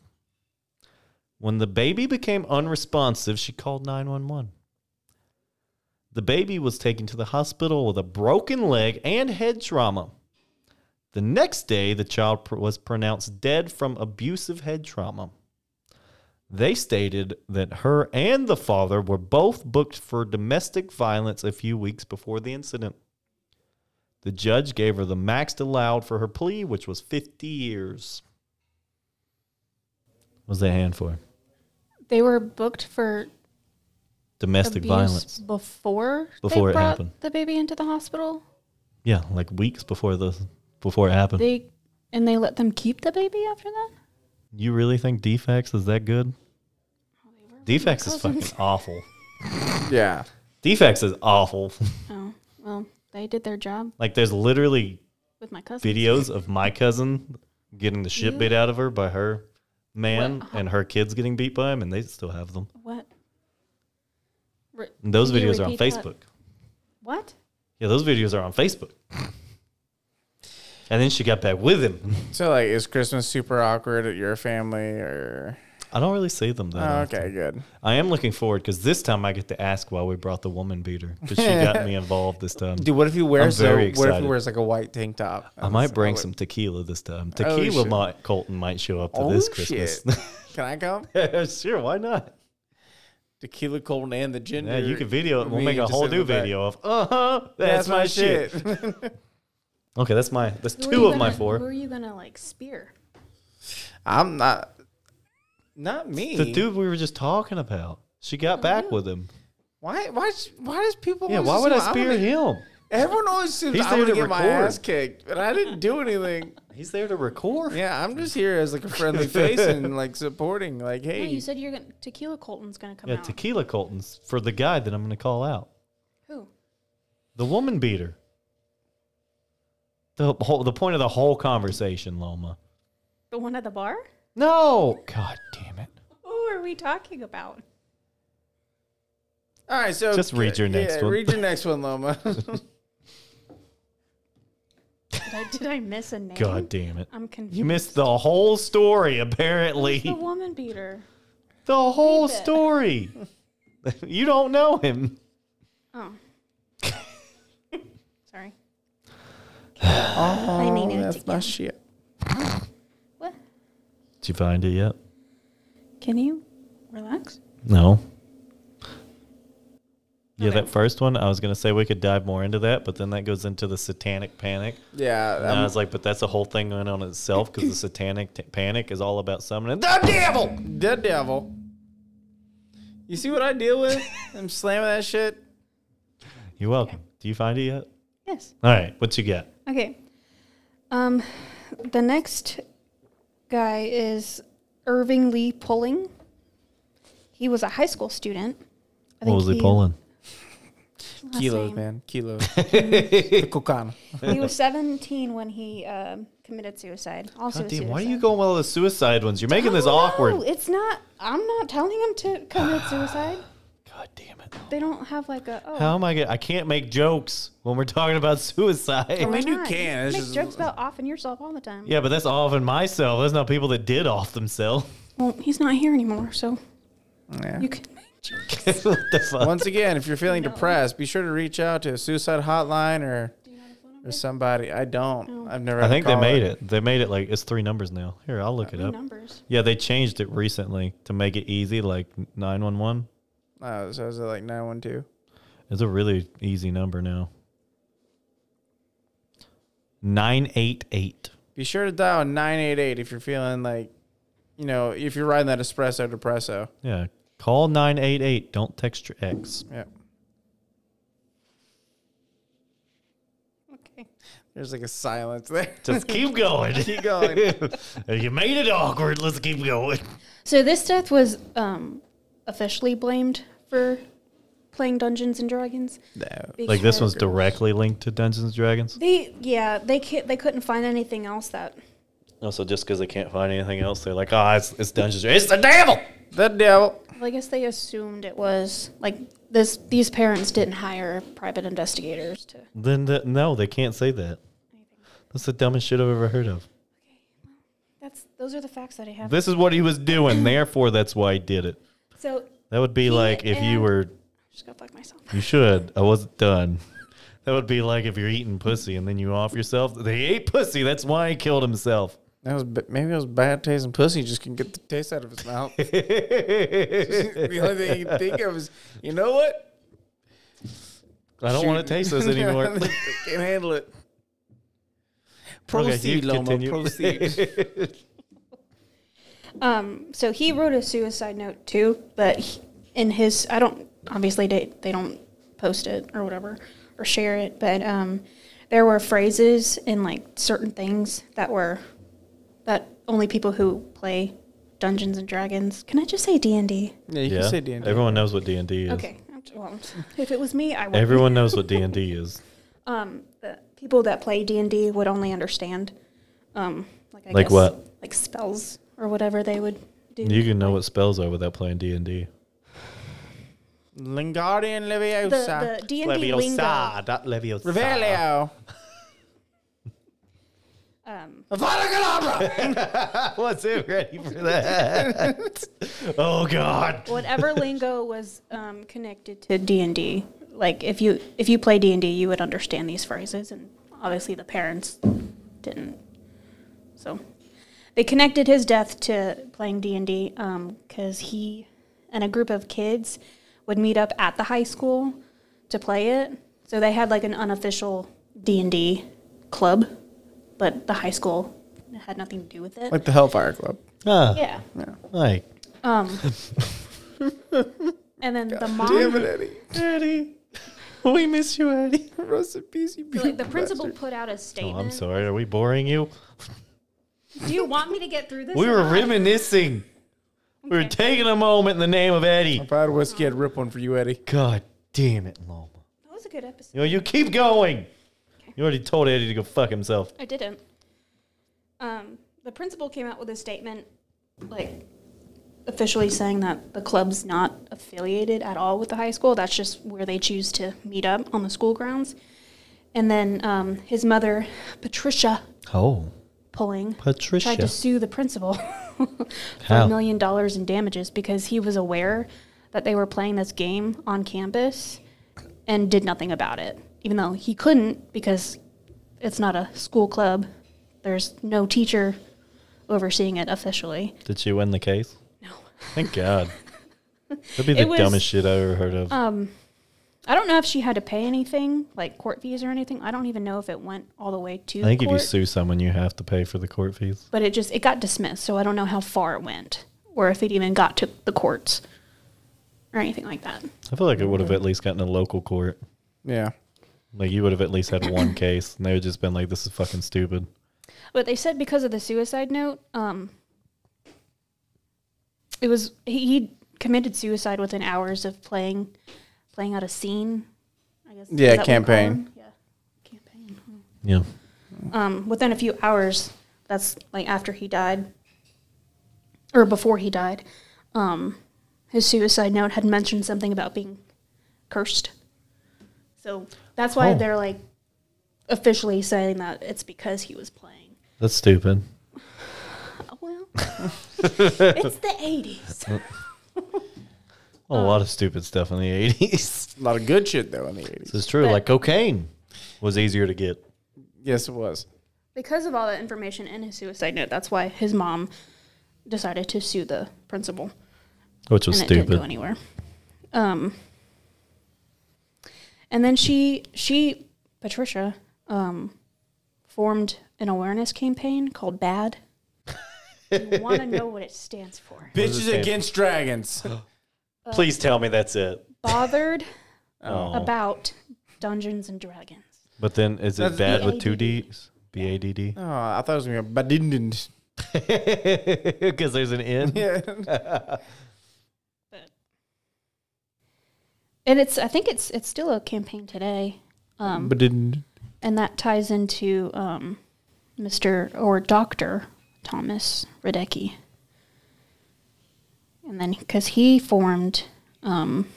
When the baby became unresponsive, she called 911. The baby was taken to the hospital with a broken leg and head trauma. The next day, the child pr- was pronounced dead from abusive head trauma. They stated that her and the father were both booked for domestic violence a few weeks before the incident. The judge gave her the max allowed for her plea, which was 50 years. What's that hand for?
They were booked for
Domestic
abuse
violence.
before
Before
they
it
brought
happened.
the baby into the hospital.
Yeah, like weeks before the before it happened.
They and they let them keep the baby after that.
you really think defects is that good? Defects is fucking awful.
Yeah.
Defects is awful.
Oh well, they did their job
like there's literally
with my cousin.
videos of my cousin getting the shit
Yeah.
beat out of her by her man
What?
and her kids getting beat by him, and they still have them.
What? Re-
And those
Can you
videos are on
repeat
Facebook.
what- what?
Yeah, those videos are on Facebook. and then she got back with him.
So like, is Christmas super awkward at your family or?
I don't really see them though.
Oh, okay, good.
I am looking forward because this time I get to ask why we brought the woman beater because she got me involved this time.
Dude, what if he wears?
I'm very
a, what if he
excited.
wears like a white tank top?
I might bring some tequila this time. Tequila,
shit.
might, Colton might show up to
Oh,
this
shit.
Christmas.
Can I come?
sure, why not?
Tequila Colton and the gender.
Yeah, you can video it. We'll make a
just
whole
sit in
new
the back.
video of uh huh.
That's, my shit.
Okay, that's my that's
Who are
two
you
of my
gonna- Who
four.
are you gonna like spear?
I'm not. Not me.
The dude we were just talking about. She
Oh,
got back with him.
Why? Why? is- Why does people?
Yeah,
always
why would I
assume I'm
spear
gonna-
him?
Everyone always assumes
He's
I'm
there
gonna
to
get my
record.
ass kicked, but I didn't do anything.
He's there to record.
Yeah, I'm just here as like a friendly face and like supporting. Like,
No,
hey,
you said you're gonna tequila. Colton's gonna come
Yeah,
out.
tequila Colton's for the guy that I'm going to call out.
Who?
The woman beater. The whole, the point of the whole conversation, Loma.
The one at the bar?
No, god damn it.
Who are we talking about?
all right, so
Just read your next
yeah,
one.
Read your next one, Loma. Oh,
Did I, did I miss a name?
God damn it.
I'm confused.
You missed the whole story
the
apparently.
woman beater.
The whole
Beep it.
story. You don't know him.
Oh. Sorry.
oh,
needed to
that's my shit.
What?
Did you find it yet?
Can you relax?
No. Yeah,
Okay.
that first one, I was going to say we could dive more into that, but then that goes into the satanic panic.
Yeah,
And I
I'm-
was like, but that's a whole thing going on itself because the satanic t- panic is all about summoning the devil.
the devil. You see what I deal with? I'm slamming that shit.
You're welcome. Do you find it yet?
Yes.
All right. What you got?
Okay. Um, the next guy is Irving Lee Pulling. He was a high school student. I
What
think
was he pulling?
last
Kilos,
name.
man, kilos. the cocaine.
He was 17 when he um, committed suicide. Also,
God
a
damn, why are
suicide.
you going with all the suicide ones? You're making this
No,
awkward.
No, it's not. I'm not telling him to commit suicide.
God damn it.
They don't have like a. Oh,
How am I going to? I can't make jokes when we're talking about suicide.
I
why
mean, you
not?
can. It's
make
just-
jokes about offing yourself all the time.
Yeah, but that's offing myself. That's not people that did off themselves.
Well, he's not here anymore, so
Yeah.
you can make jokes.
what the fuck?
Once again, if you're feeling depressed, be sure to reach out to a suicide hotline or or somebody. I don't. I've never.
I
had to
think they
call
made it. They made it like it's three numbers now. Here, I'll look it
Three
up.
numbers.
Yeah, they changed it recently to make it easy, like 911.
Oh, so is it like nine one two?
It's a really easy number now. 988.
Be sure to dial nine eight eight if you're feeling like, you know, if you're riding that espresso depresso.
Yeah. Call 988. Don't text your ex.
Yeah.
Okay.
There's like a silence there.
Just keep going.
Keep going.
you made it awkward. Let's keep going.
So this death was um, officially blamed for playing Dungeons and Dragons.
no.
Like this one's
because
directly linked to Dungeons and Dragons.
They yeah they can they couldn't find anything else that
Also, just because they can't find anything else, they're like, ah, it's, it's Dungeons. It's the devil.
The devil.
Well, I guess they assumed it was like this. These parents didn't hire private investigators to.
Then the, no, they can't say that. That's the dumbest shit I've ever heard of.
That's Those are the facts that I have.
This is what he was doing. Therefore, that's why he did it.
so
That would be
He
like if you
and-
were.
just go fuck myself.
You should. I wasn't done. That would be like if you're eating pussy and then you off yourself. They ate pussy. That's why he killed himself.
That was b- maybe it was bad taste and pussy. Just can get the taste out of his mouth. the only thing you can think of is, you know what?
I don't want
Shoot.
to taste this anymore.
I can't handle it.
Okay, you
Proceed, Loma.
continue.
Proceed.
Um, so he wrote a suicide note too, but he, in his, I don't, obviously they, they don't post it or whatever or share it, but um, there were phrases and like certain things that were, that only people who play Dungeons and Dragons, can I just say D&D?
yeah, you
yeah.
can say D and D.
Everyone knows what D and D is.
Okay. I'm- Well, if it was me, I would.
Everyone knows what D and D is.
um, the people that play D and D would only understand, um, like I
Like
guess,
what?
like spells or whatever they would do.
You can know what spells are without playing D and D.
Lingardian
the
Leviosa.
the D and D lingo.
Revelio.
Um,
Avada
Wasn't ready for that. oh God.
whatever lingo was um, connected to D and D. Like if you if you play D and D, you would understand these phrases, and obviously the parents didn't. So they connected his death to playing D and D because he and a group of kids would meet up at the high school to play it. So they had like an unofficial D and D club, but the high school had nothing to do with it.
Like the Hellfire Club.
Ah,
Yeah.
like
Um, and then the mom.
Damn it, Eddie.
Eddie, we miss you, Eddie.
Rest in peace, you
So, like the principal
bastard.
put out a
Oh,
statement.
I'm sorry. Are we boring you?
Do you want me to get through this?
We
or
were
not?
reminiscing. We were taking a moment in the name of Eddie.
If I had whiskey, I'd rip one for you, Eddie.
God damn it, Loma.
That was a good episode.
You know, you keep going. You already told Eddie to go fuck himself.
I didn't. Um, the principal came out with a statement, like officially saying that the club's not affiliated at all with the high school. That's just where they choose to meet up on the school grounds. And then um, his mother, Patricia
Oh,
Pulling, tried
Patricia.
to sue the principal for
How?
a million dollars in damages because he was aware that they were playing this game on campus and did nothing about it, even though he couldn't because it's not a school club. There's no teacher overseeing it officially.
Did she win the case?
No.
Thank God. That'd be the
It was-
dumbest shit I ever heard of.
Um, I don't know if she had to pay anything, like court fees or anything. I don't even know if it went all the way to
I think if you
court,
sue someone, you have to pay for the court fees.
but it just it got dismissed, so I don't know how far it went or if it even got to the courts or anything like that.
I feel like it would have at least gotten a local court.
Yeah.
Like you would have at least had one case, and they would just been like, "This is fucking stupid."
But they said because of the suicide note, um, it was he, he committed suicide within hours of playing, playing out a scene. I guess. is
Yeah,
that what you call
campaign.
them? Yeah, campaign.
Yeah.
Um, within a few hours, that's like after he died, or before he died. Um, his suicide note had mentioned something about being cursed. So that's why
Oh.
they're like officially saying that it's because he was playing.
That's stupid.
Oh, Well, it's the 80s.
A
Um,
lot of stupid stuff in the eighties.
A lot of good shit, though, in the 80s.
this is true.
But-
like cocaine was easier to get.
Yes, it was.
Because of all that information in his suicide note, that's why his mom decided to sue the principal.
Which was
and it didn't go
stupid.
anywhere. Um, and then she, she Patricia, um, formed an awareness campaign called BAD. you want to know what it stands for?
does it
Bitches
stand
against dragons.
Please tell me that's it.
Uh, Bothered
Oh.
about Dungeons and Dragons.
But then is it
That's-
bad with two D's? B A D D?
oh, I thought it was going to be a badindin.
Because there's an N.
Yeah.
And it's I think it's it's still a campaign today. Um,
Badindin.
and that ties into um, Mr. or Dr. Thomas Radecki. And then, because he formed um,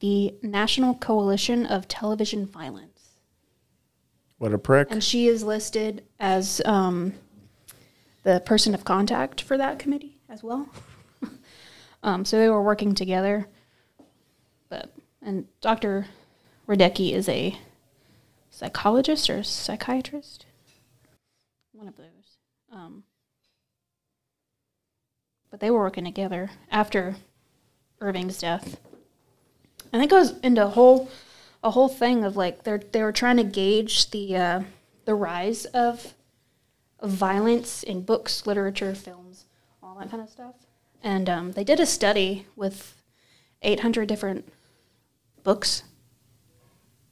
the National Coalition of Television Violence.
What a prick.
And she is listed as um, the person of contact for that committee as well. um, so they were working together. But and Dr. Radecki is a psychologist or psychiatrist, one of those. Um, but they were working together after Irving's death, and it goes into a whole a whole thing of like they're they were trying to gauge the uh, the rise of of violence in books, literature, films, all that kind of stuff. And um, they did a study with 800 different books,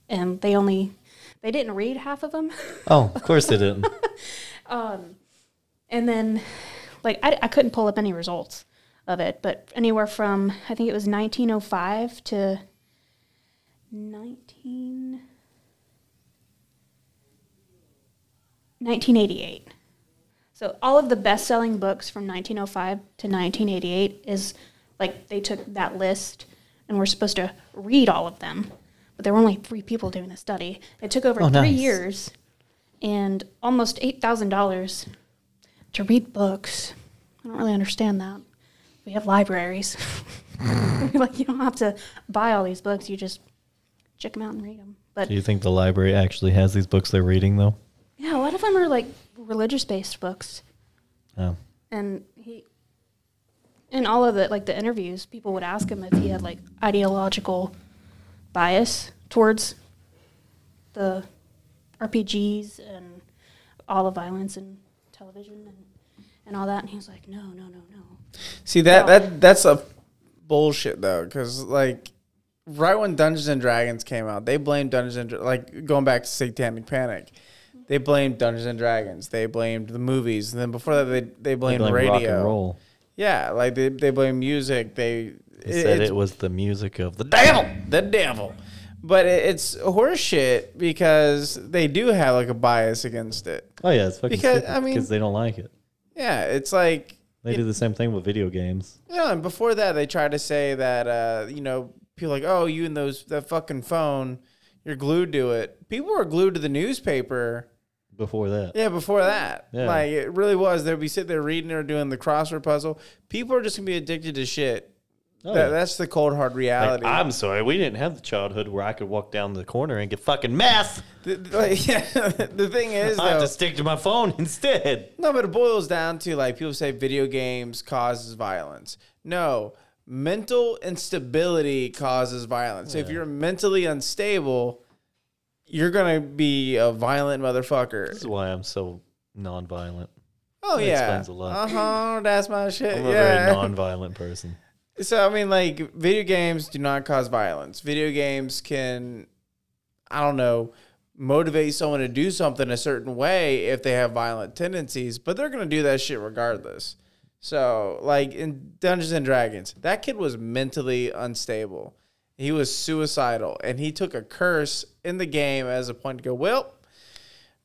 and they only they didn't read half of them.
Oh, of course they didn't.
And then, like, I, I couldn't pull up any results of it, but anywhere from I think it was 1905 to 19. 1988. So all of the best-selling books from 1905 to 1988 is like they took that list and we're supposed to read all of them, but there were only three people doing the study. It took over
Oh,
three
nice.
years and almost eight thousand dollars to read books. I don't really understand that. We have libraries. like you don't have to buy all these books; you just check them out and read them. But
Do you think the library actually has these books they're reading though?
yeah, a lot of them are like religious based books.
Oh.
And he, in all of the like the interviews, people would ask him if he had like ideological bias towards the RPGs and all the violence and television and, and all that. And he was like, no, no, no, no.
See that
Yeah.
that that's a bullshit though, because like right when Dungeons and Dragons came out, they blamed Dungeons and Dra- like going back to Satanic Panic, they blamed Dungeons and Dragons, they blamed the movies, and then before that they they blamed
Like
radio.
rock and roll.
Yeah, like they they blame music. They
They said
it's
it was the music of the
devil, the devil. But it, it's horseshit because they do have like a bias against it.
Oh yeah, it's fucking
Because,
because
I mean-
because they don't like it.
Yeah, it's like
They do the same thing with video games.
Yeah, and before that, they tried to say that uh, you know people like, oh, you and those that fucking phone, you're glued to it. People were glued to the newspaper.
Before that,
Yeah, before that,
Yeah.
like it really was. They'd be sitting there reading or doing the crossword puzzle. People are just gonna be addicted to shit.
Oh,
that,
yeah.
That's the cold hard
Like,
reality.
I'm sorry, we didn't have the childhood where I could walk down the corner and get fucking meth.
The- the- like, yeah, the thing is,
I have
though,
to stick to my phone instead.
No, but it boils down to like people say video games causes violence. No, mental instability causes violence. If you're mentally unstable, you're gonna be a violent
This
motherfucker.
is why I'm so nonviolent.
Oh
that
yeah,
explains a lot.
Uh huh. That's my shit.
I'm a
yeah.
very nonviolent person.
so I mean, like video games do not cause violence. Video games can, I don't know. Motivate someone to do something a certain way if they have violent tendencies, but they're gonna do that shit regardless. So, like in Dungeons and Dragons, that kid was mentally unstable. He was suicidal, and he took a curse in the game as a point to go. Well,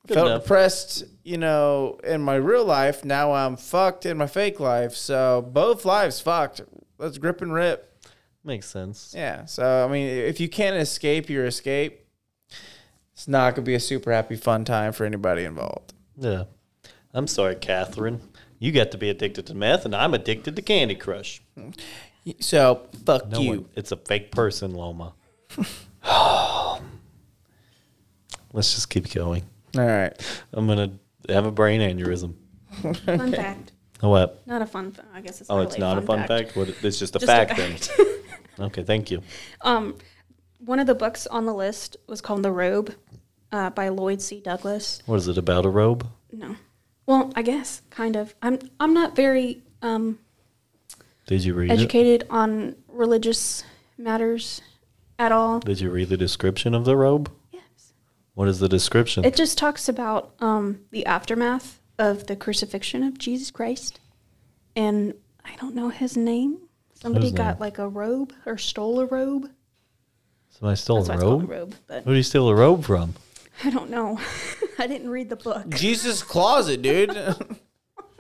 felt
enough.
depressed, you know, in my real life. Now I'm fucked in my fake life. So both lives fucked. Let's grip and rip.
Makes sense.
Yeah. So I mean, if you can't escape your escape, it's not gonna be a super happy fun time for anybody involved.
Yeah. I'm sorry, Catherine. You got to be addicted to meth, and I'm addicted to Candy Crush.
So fuck
No
you.
one. It's a fake person, Loma. Let's just keep going.
All right.
I'm gonna have a brain aneurysm.
Fun fact,
Oh what?
not a fun. Fa- I guess it's.
Oh,
not
it's
really
not a fun fact. What? It's just a
Just a
fact, then. okay, thank you.
Um, one of the books on the list was called The Robe, uh, by Lloyd C. Douglas.
What is it about a robe?
No, well, I guess kind of. I'm I'm not very um,
Did you read it?
educated on religious matters at all.
Did you read the description of the robe?
Yes.
What is the description?
It just talks about um, the aftermath of the crucifixion of Jesus Christ, and I don't know his name. Somebody
Whose name?
got like a robe or stole a robe.
Somebody stole
That's
a
why it's called a
robe.
robe, but
Who do you steal a robe from?
I don't know. I didn't read the book.
Jesus closet, dude.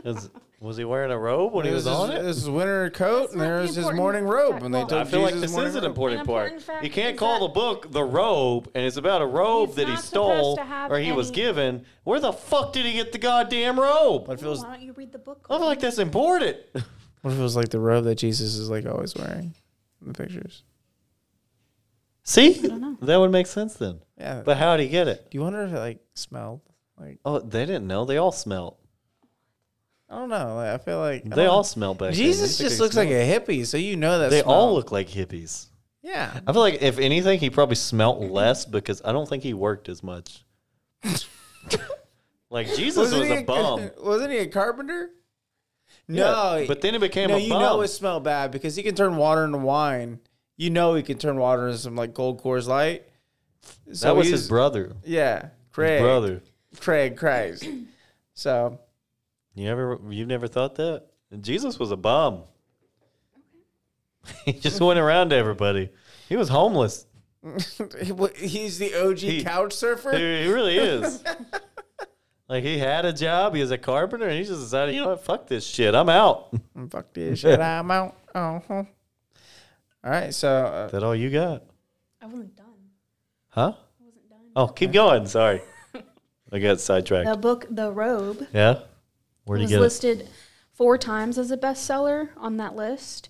Is- Was he wearing a robe when he was,
his,
on it?
His winter coat,
That's
and
not
there
the
was his
important
morning robe.
fact.
And they
Well,
took
I feel like
Jesus'
this
morning
is an
robe.
important,
An important
part.
fact
You can't
is
call
that-
the book the robe, and it's about a robe
He's
that he
not supposed
stole
to have
or he was
any-
given. Where the fuck did he get the goddamn robe? I
What if it was?
Why don't you read the book?
feel like that's important.
What if it was like the robe that Jesus is like always wearing in the pictures?
See, that would make sense then.
Yeah.
But how did he get it?
Do you wonder if it like smelled? Like
Oh, they didn't know. They all smelt.
I don't know. Like, I feel like I
They
don't-
all smelled back. then.
Jesus
They
just
could
looks like a hippie, so you know that
smell- They
smell.
all look like hippies.
Yeah.
I feel like if anything, he probably smelt less because I don't think he worked as much. like Jesus was
he
a bum.
Wasn't he a carpenter? No,
Yeah, but then he became
no,
a
you
bum.
know it smelled bad because he can turn water into wine. You know he can turn water into some like gold Coors Light. So
that was
he's-
his brother.
Yeah, Craig.
His brother.
Craig Christ. So
You ever you never thought that? Jesus was a bum. he just went around to everybody. He was homeless.
he's the OG
He-
couch
He,
surfer.
he really is. like he had a job, he was a carpenter, and he just decided, you know what, fuck this shit. I'm out. Is
Mm, Fuck this shit. I'm out. Oh. huh. All right. So uh,
that all you got?
I wasn't done.
Huh?
I wasn't done.
Oh, keep going. Sorry. I got sidetracked.
The book, The Robe,
Yeah? Where'd you
was
get it?
listed four times as a bestseller on that list.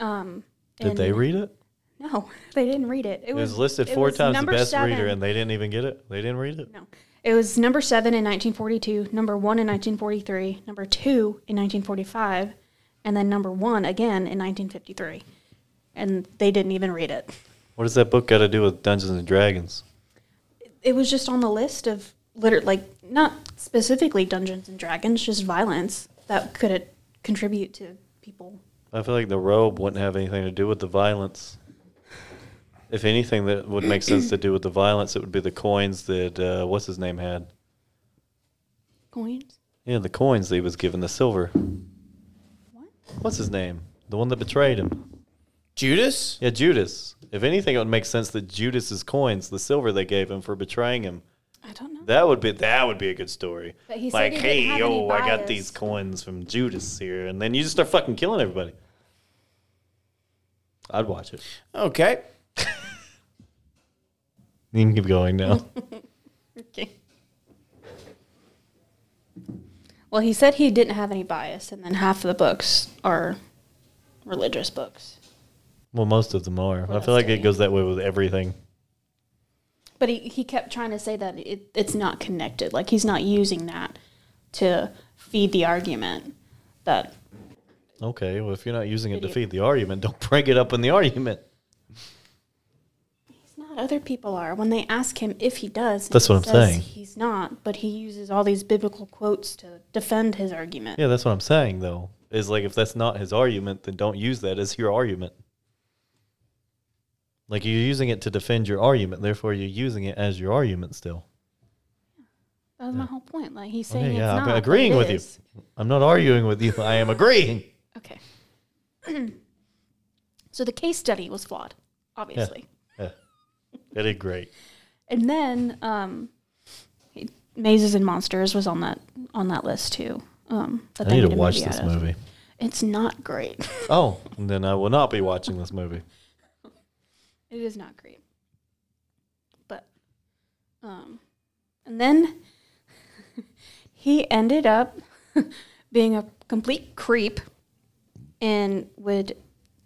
Um,
Did
and-
they read it?
No, they didn't read it. It
It
was,
was listed
it
four
was
times the
number
best
seven.
reader, and they didn't even get it. They didn't read it.
No. It was number seven in 1942, number one in 1943, number two in 1945, and then number one again in 1953. And they didn't even read it.
What does that book got to do with Dungeons and Dragons?
It was just on the list of liter like not specifically Dungeons and Dragons, just violence that could it contribute to people.
I feel like the robe wouldn't have anything to do with the violence. If anything that would make sense to do with the violence, it would be the coins that uh, what's his name had.
Coins?
Yeah, the coins that he was given, the silver.
What?
What's his name? The one that betrayed him.
Judas.
Yeah, Judas. If anything, it would make sense that Judas's coins, the silver they gave him for betraying him,
I don't know.
that would be that would be a good story.
But he said
like,
he didn't
hey,
have
yo,
any
I got
bias.
these coins from Judas here, and then you just start fucking killing everybody. I'd watch it.
Okay.
You can keep going now.
Okay. Well, he said he didn't have any bias, and then half of the books are religious books.
well, most of them are. I
else
feel like
do
it
we-
goes that way with everything.
But he, he kept trying to say that it, it's not connected. Like, he's not using that to feed the argument that.
Okay, well, if you're not using it to
Idiot.
feed the argument, don't bring it up in the argument.
He's not. Other people are. When they ask him if he does,
That's
he
what I'm
says
saying.
He's not, but he uses all these biblical quotes to defend his argument.
Yeah, that's what I'm saying, though. Is like if that's not his argument, then don't use that as your argument. Like you're using it to defend your argument, therefore you're using it as your argument still.
That was my whole point. Like, he's saying
Okay,
it's
yeah,
not.
I'm
but
agreeing
it
with
is.
you. I'm not arguing with you. I am agreeing.
Okay. so the case study was flawed, obviously.
Yeah. That did great.
And then um, he- Mazes and Monsters was on that on that list too. Um, that
I
they
need to
made a
watch
movie
this
out of.
movie.
It's not great.
Oh, then I will not be watching this movie.
it is not great. But um, and then he ended up being a complete creep and would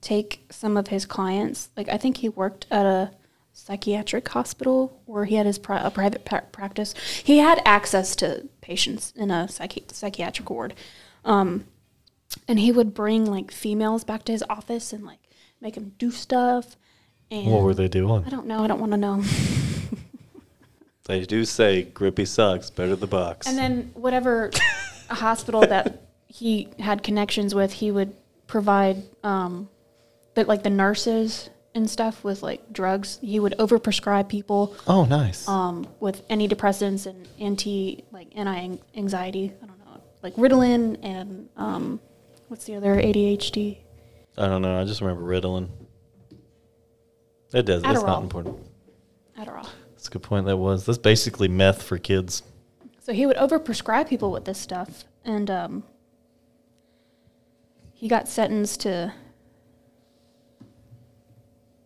take some of his clients. Like I think he worked at a psychiatric hospital where he had his pri- a private pra- practice. He had access to patients in a psychi- psychiatric ward, um, and he would bring like females back to his office and like make them do stuff. And
What were they
I
doing?
don't know. I don't want to know.
They do say grippy sucks, better the box.
And then whatever hospital that he had connections with, he would provide, um, but like the nurses and stuff with like drugs. He would overprescribe people
oh, nice.
um, with antidepressants and anti like anti anxiety. I don't know, like Ritalin and um, what's the other ADHD?
I don't know. I just remember Ritalin. It does. It's not
Adderall.
important.
Adderall.
That's a good point. That was. That's basically meth for kids.
So he would overprescribe people with this stuff, and um, He got sentenced to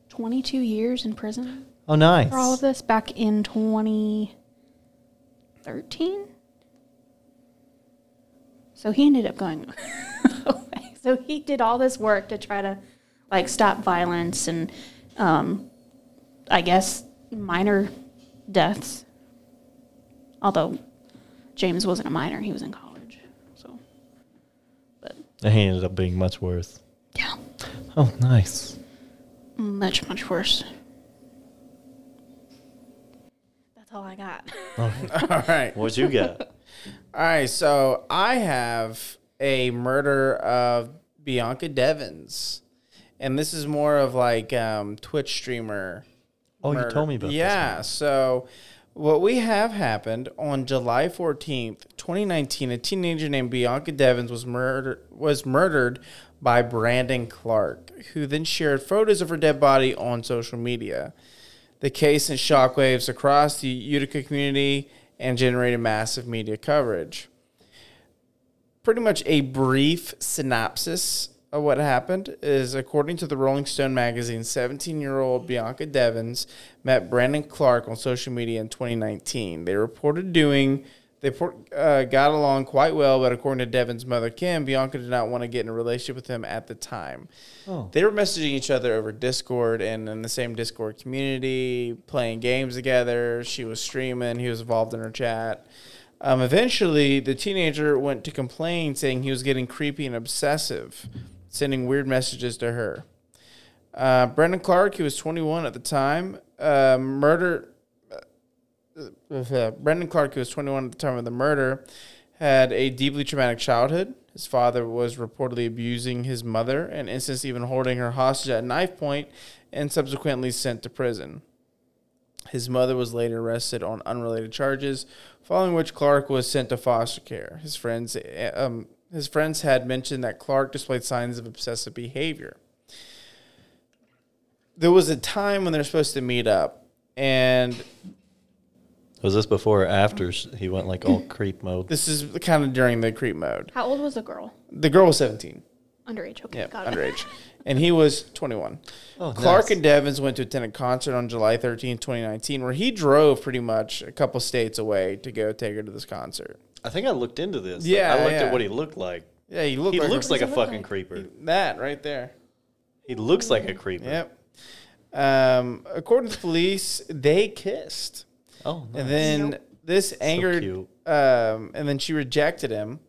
22 years in prison
Oh, nice.
for all of this back in 2013. So he ended up going away. So he did all this work to try to like stop violence and um, I guess minor deaths. Although James wasn't a minor, he was in college. So but
And he ended up being much worse.
yeah,
Oh, nice.
much much worse. That's all I got.
Oh.
All right.
What you got?
All right, so I have a murder of Bianca Devins, and this is more of like um, Twitch streamer.
Oh, you
murder.
told me about this
Yeah, so what we have happened on July fourteenth, twenty nineteen, a teenager named Bianca Devins was murdered was murdered by Brandon Clark, who then shared photos of her dead body on social media. The case sent shockwaves across the Utica community and generated massive media coverage pretty much a brief synopsis of what happened is according to the Rolling Stone magazine, 17 year old Bianca Devins met Brandon Clark on social media in 2019. They reported doing, they por- uh, got along quite well, but according to Devins' mother, Kim, Bianca did not want to get in a relationship with him at the time.
Oh.
They were messaging each other over Discord and in the same Discord community, playing games together. She was streaming, he was involved in her chat. Um, eventually, the teenager went to complain, saying he was getting creepy and obsessive, sending weird messages to her. Uh, Brendan Clark, who was 21 at the time, uh, murder. Uh, Brendan Clark, who was 21 at the time of the murder, had a deeply traumatic childhood. His father was reportedly abusing his mother, an instance even holding her hostage at knife point, and subsequently sent to prison. His mother was later arrested on unrelated charges, following which Clark was sent to foster care. His friends, eh, um, his friends had mentioned that Clark displayed signs of obsessive behavior. There was a time when they're supposed to meet up, and
Was this before or after sh- he went like all creep mode?
this is kind of during the creep mode.
How old was the girl?
The girl was 17.
Underage. Okay,
Yeah,
got it.
underage. And he was 21.
Oh,
Clark
nice.
and Devins went to attend a concert on July 13, 2019, where he drove pretty much a couple states away to go take her to this concert.
I think I looked into this.
Yeah,
I looked
yeah.
at what he looked like.
Yeah, he looked
He
like,
looks
her-
like a
does he look
fucking
like?
creeper.
that right there.
He looks like a creeper.
Yep. Um, according to police, they kissed.
Oh, nice.
And then this angered,
cute.
um, and then she rejected him,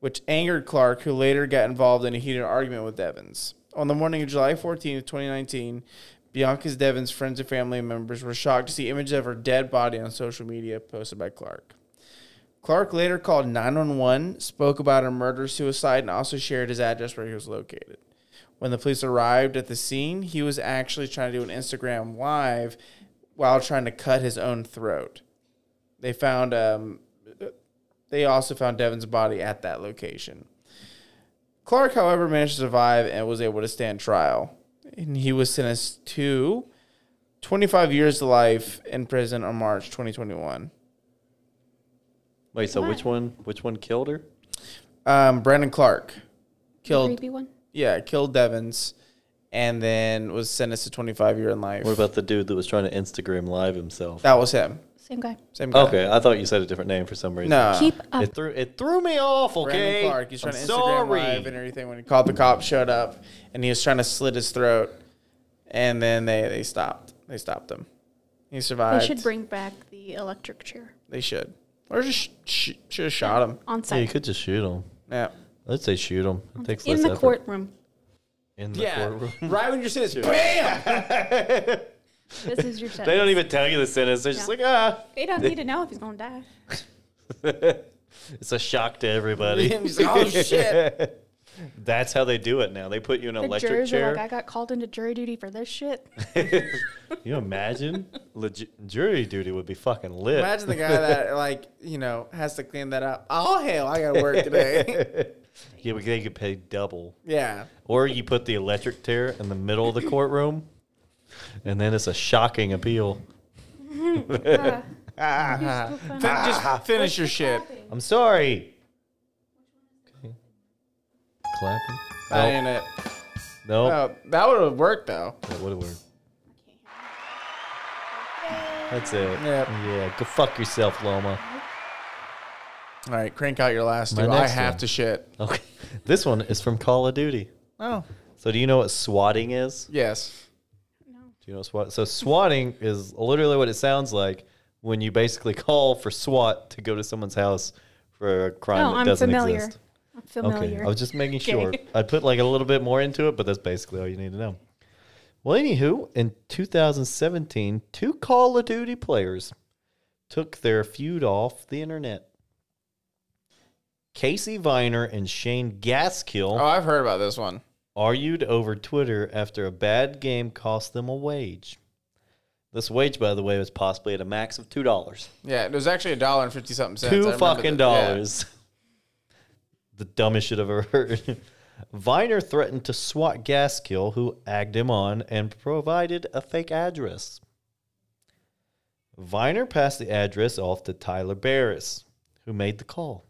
which angered Clark, who later got involved in a heated argument with Devins. On the morning of July 14th, 2019, Bianca's Devins' friends and family members were shocked to see images of her dead body on social media posted by Clark. Clark later called 911, spoke about her murder suicide, and also shared his address where he was located. When the police arrived at the scene, he was actually trying to do an Instagram live while trying to cut his own throat. They found um, they also found Devin's body at that location. Clark, however, managed to survive and was able to stand trial. And he was sentenced to 25 years to life in prison on March 2021.
Wait, so
What?
which one? Which one killed her?
Um, Brandon Clark killed,
Creepy one.
yeah, killed Devins, and then was sentenced to 25 year in life.
What about the dude that was trying to Instagram live himself?
that? Was him?
Same guy.
Same guy.
Okay, I thought you said a different name for some reason.
No.
Keep up.
It threw it threw me off. Okay,
Brandon Clark. He's trying
I'm
to Instagram
sorry.
live and everything. When he called the cops, showed up, and he was trying to slit his throat, and then they they stopped. They stopped him. He survived.
They should bring back the electric chair
They should. Or just sh- sh- should have shot him.
on
Yeah, you
site.
could just shoot him.
Yeah.
I'd say shoot him. It takes
in
less
the
effort.
courtroom.
In the courtroom.
right when you're sitting, it's bam.
This is your sentence.
They don't even tell you the sentence. They're just
Yeah.
like, ah,
They don't need to know if he's gonna die.
it's a shock to everybody.
He's like, oh shit.
That's how they do it now. They put you in an
The
electric
jurors
chair.
are like, I got called into jury duty for this shit.
you imagine? Legi- jury duty would be fucking lit.
Imagine the guy that like you know has to clean that up. Oh hell, I gotta work today.
Yeah, but they could pay double.
yeah.
Or you put the electric chair in the middle of the courtroom, and then it's a shocking appeal.
Ah,
Fin-
Ah.
just finish your shit.
I'm sorry. Okay. clapping?
That ain't it.
No,
Oh, that would have worked though.
that would have worked. That's it.
Yep.
Yeah, go fuck yourself, Loma.
All right, crank out your last
My
two. I
next
have
one.
to shit.
Okay, this one is from Call of Duty.
Oh,
So, do you know what swatting is?
yes.
Do you know what SWAT? So swatting is literally what it sounds like when you basically call for SWAT to go to someone's house for a crime
No,
that
I'm
doesn't
familiar.
exist.
I'm
Okay,
familiar.
I was just making sure.
Okay.
I put like a little bit more into it, but that's basically all you need to know. Well, anywho, in 2017, two Call of Duty players took their feud off the internet. Casey Viner and Shane Gaskill
Oh, I've heard about this one.
argued over Twitter after a bad game cost them a wage. This wage, by the way, was possibly at a max of two dollars.
Yeah, it was actually a dollar and fifty something cents. I
Two
remember
fucking
that. Yeah.
dollars. The dumbest shit I've ever heard. Viner threatened to swat Gaskill, who agged him on and provided a fake address. Viner passed the address off to Tyler Barris, who made the call.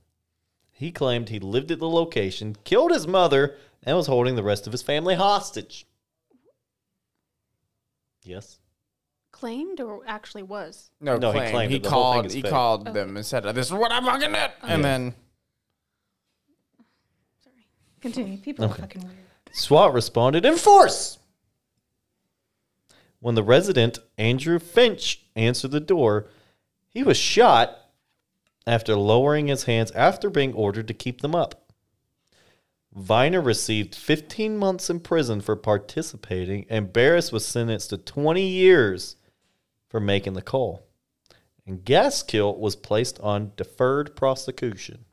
He claimed he lived at the location, killed his mother, and was holding the rest of his family hostage. Yes.
Claimed or actually was?
No,
No, he
claim.
claimed
he
it. The whole thing
called.
is
He
fake.
called them and said, "This is what I fucking did," and then
Sorry. Continue. People are fucking weird.
SWAT responded in force. When the resident, Andrew Finch, answered the door, he was shot after lowering his hands after being ordered to keep them up. Viner received 15 months in prison for participating, and Barris was sentenced to 20 years for making the call. And Gaskill was placed on deferred prosecution.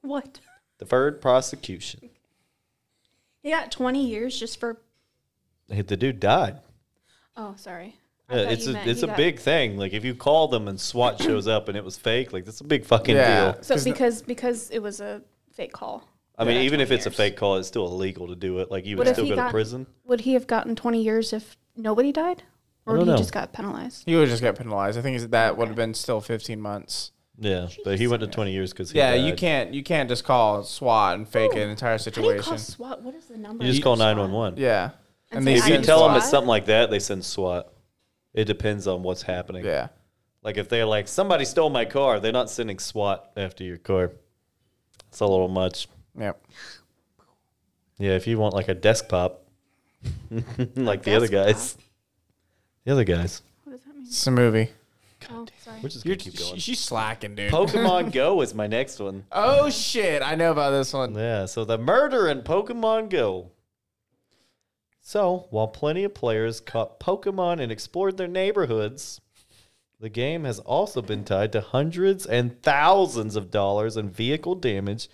What?
Deferred prosecution.
He got 20 years just for.
The dude died.
Oh, sorry. I
Yeah,
thought
it's
you
a
meant
it's
he
a
got-
big thing. Like if you call them and SWAT shows up and it was fake, like that's a big fucking
Yeah.
deal.
So
'Cause the-
because because it was a fake call.
I mean,
Yeah,
even if
20
it's a
years.
fake call, it's still illegal to do it. Like you would
What if
still
he
go to
got-
prison.
Would he have gotten 20 years if nobody died, or
I
he
don't know.
just got penalized?
he would just get penalized. I think it's- that would have been still fifteen months.
Yeah, but he went to twenty years because
Yeah, you can't. You can't just call SWAT and fake an entire
How do you call
situation.
SWAT? What is the number?
You just call nine one one.
Yeah,
And
they
say,
If you
Send
tell them it's
SWAT?
something like that, they send SWAT. It depends on what's happening.
yeah,
Like if they're like somebody stole my car, they're not sending SWAT after your car. It's a little much.
yep.
Yeah, if you want like a desk pop, like the other guys,
desk pop?
the other guys.
What does that mean?
It's a movie.
Oh, sorry.
We're just
You're
gonna keep
sh-
going.
she's slacking, dude.
Pokemon Go is my next one.
oh shit! I know about this one.
Yeah, so the murder in Pokemon Go. So, while plenty of players caught Pokemon and explored their neighborhoods, the game has also been tied to hundreds and thousands of dollars in vehicle damage,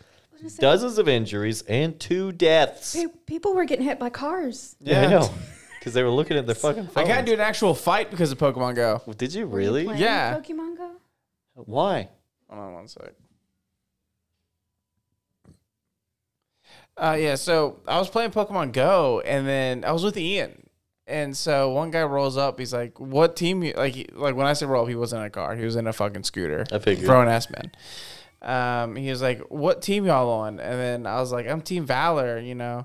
dozens of injuries, and two deaths.
Pe- People were getting hit by cars.
Yeah,
Yeah.
I know. Because they were looking at their fucking
I
phones.
gotta do an actual fight because of Pokemon Go.
Did you
Were you
really?
playing
Yeah.
Pokemon Go.
Why?
Hold on one sec. Uh, yeah, so I was playing Pokemon Go, and then I was with Ian, and so one guy rolls up. He's like, "What team?" You, like, he- like when I say roll up, he wasn't in a car. He was in a fucking scooter.
I figured.
Grown ass man. Um, he was like, "What team y'all on?" And then I was like, "I'm Team Valor," you know.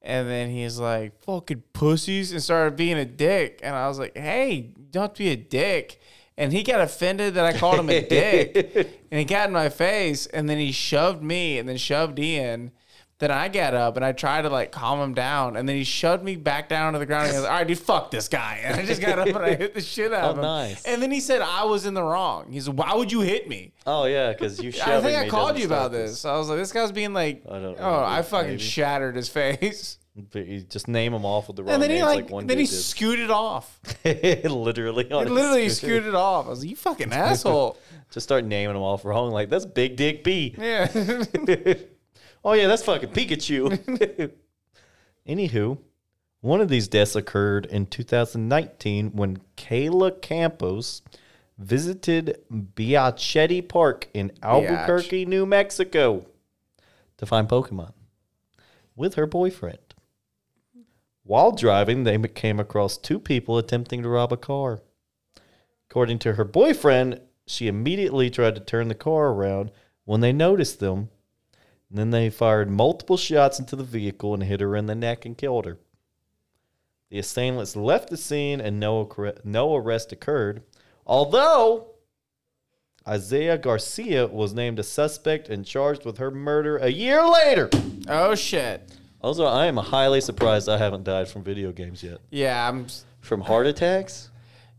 And then he's like, "Fucking pussies," and started being a dick. And I was like, "Hey, don't be a dick." And he got offended that I called him a dick, and he got in my face, and then he shoved me, and then shoved Ian. Then I got up and I tried to like calm him down, and then he shoved me back down to the ground. And I was like, "All right, dude, fuck this guy." And I just got up and I hit the shit out
Oh,
of him.
nice.
And then he said I was in the wrong. He said, "Why would you hit me?"
Oh, yeah, because you shoved
I think I called you about this. I was like, "This guy's being like,
I don't
oh,
know,
I fucking
maybe.
shattered his face."
But you just name them off with the wrong
And then he
names,
like,
Oh, like, one
then he
dude Oh, did.
scooted off.
literally on
He
his
literally
scooter.
scooted off. I was like, "You fucking asshole!"
Just start naming them off wrong. Like that's Big Dick B.
Yeah.
oh yeah, that's fucking Pikachu. Anywho, one of these deaths occurred in 2019 when Kayla Campos visited Biachetti Park in Albuquerque, New Mexico, to find Pokemon with her boyfriend. While driving, they came across two people attempting to rob a car. According to her boyfriend, she immediately tried to turn the car around when they noticed them And then they fired multiple shots into the vehicle and hit her in the neck and killed her. The assailants left the scene and no, accre- no arrest occurred, although Isaiah Garcia was named a suspect and charged with her murder a year later.
Oh shit.
Also, I am highly surprised I haven't died from video games yet.
Yeah, I'm. s-
From heart attacks?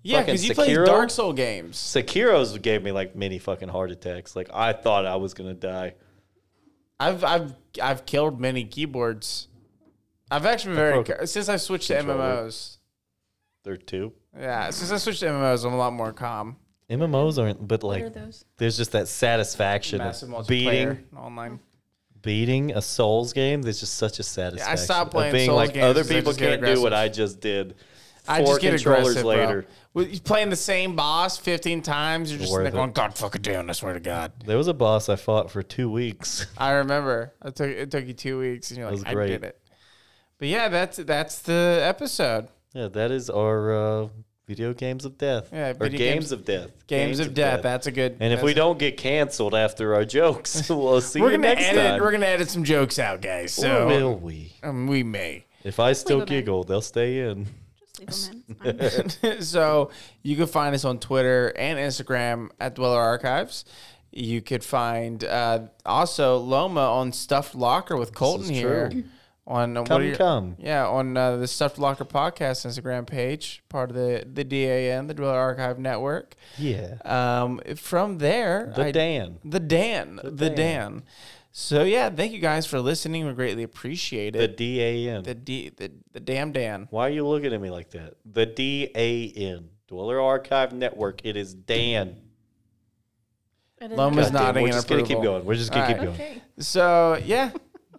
Yeah,
Fucking
because you play
Sekiro?
Dark Soul games.
Sekiro's gave me like many fucking heart attacks. Like, I thought I was going to die.
I've I've I've killed many keyboards. I've actually been very
broke
ca- since I switched to
controller.
MMOs.
There are two.
Yeah, since I switched to MMOs, I'm a lot more calm.
MMOs aren't, but
What are
like,
those?
there's just that satisfaction
Massive
of
multiplayer
beating
online.
beating a Souls game. There's just such a satisfaction.
I stopped
of
playing
being
Souls
like
games
other
'cause I
people
just get
can't do what
aggressive.
I just did. Four
I just get
controllers
aggressive,
later.
later. Bro. With- You're playing the same boss 15 times. You're just in
Worth
there
it.
going, God fucking damn, I swear to God.
There was a boss I fought for two weeks.
I remember. I took it took you two weeks, and you're
was
like, I
great.
did it. But yeah, that's that's the episode.
Yeah, that is our uh, video games of death.
Yeah,
or
video
games,
games-
of death.
Games, of, death. That's a good.
And if we
that's-
don't get canceled after our jokes, we'll see
we're
you
gonna
next
edit.
time.
We're gonna edit some jokes out, guys.
Or
So
will we?
um, we may.
If I still
leave 'em in.
giggle, they'll stay in.
Just leave them in. It's fine.
so you can find us on Twitter and Instagram at Dweller Archives. You could find uh, also Loma on Stuffed Locker with Colton
is
here.
true.
On uh, what
Come,
are your-
come.
Yeah, on uh, the Stuffed Locker podcast Instagram page, part of the the DAN, the Dweller Archive Network.
Yeah.
Um, from there,
The
I-
Dan.
the Dan, the, Dan.
Dan.
So yeah, thank you guys for listening. We greatly appreciate
The
it.
D A N.
The D, the, the damn Dan.
Why are you looking at me like that? The D A N. Dweller Archive Network. It is Dan.
I didn't
Loma's
know.
Goddamn,
nodding
We're
in
just gonna keep
approval.
going. We're just gonna
All
keep
right.
going.
Okay.
So yeah,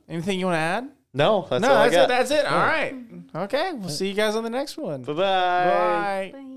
anything you want to add?
No, that's
no,
all
that's
I
it.
got.
That's it. All right. Okay. We'll see you guys on the next one.
Bye-bye.
Bye.
Bye.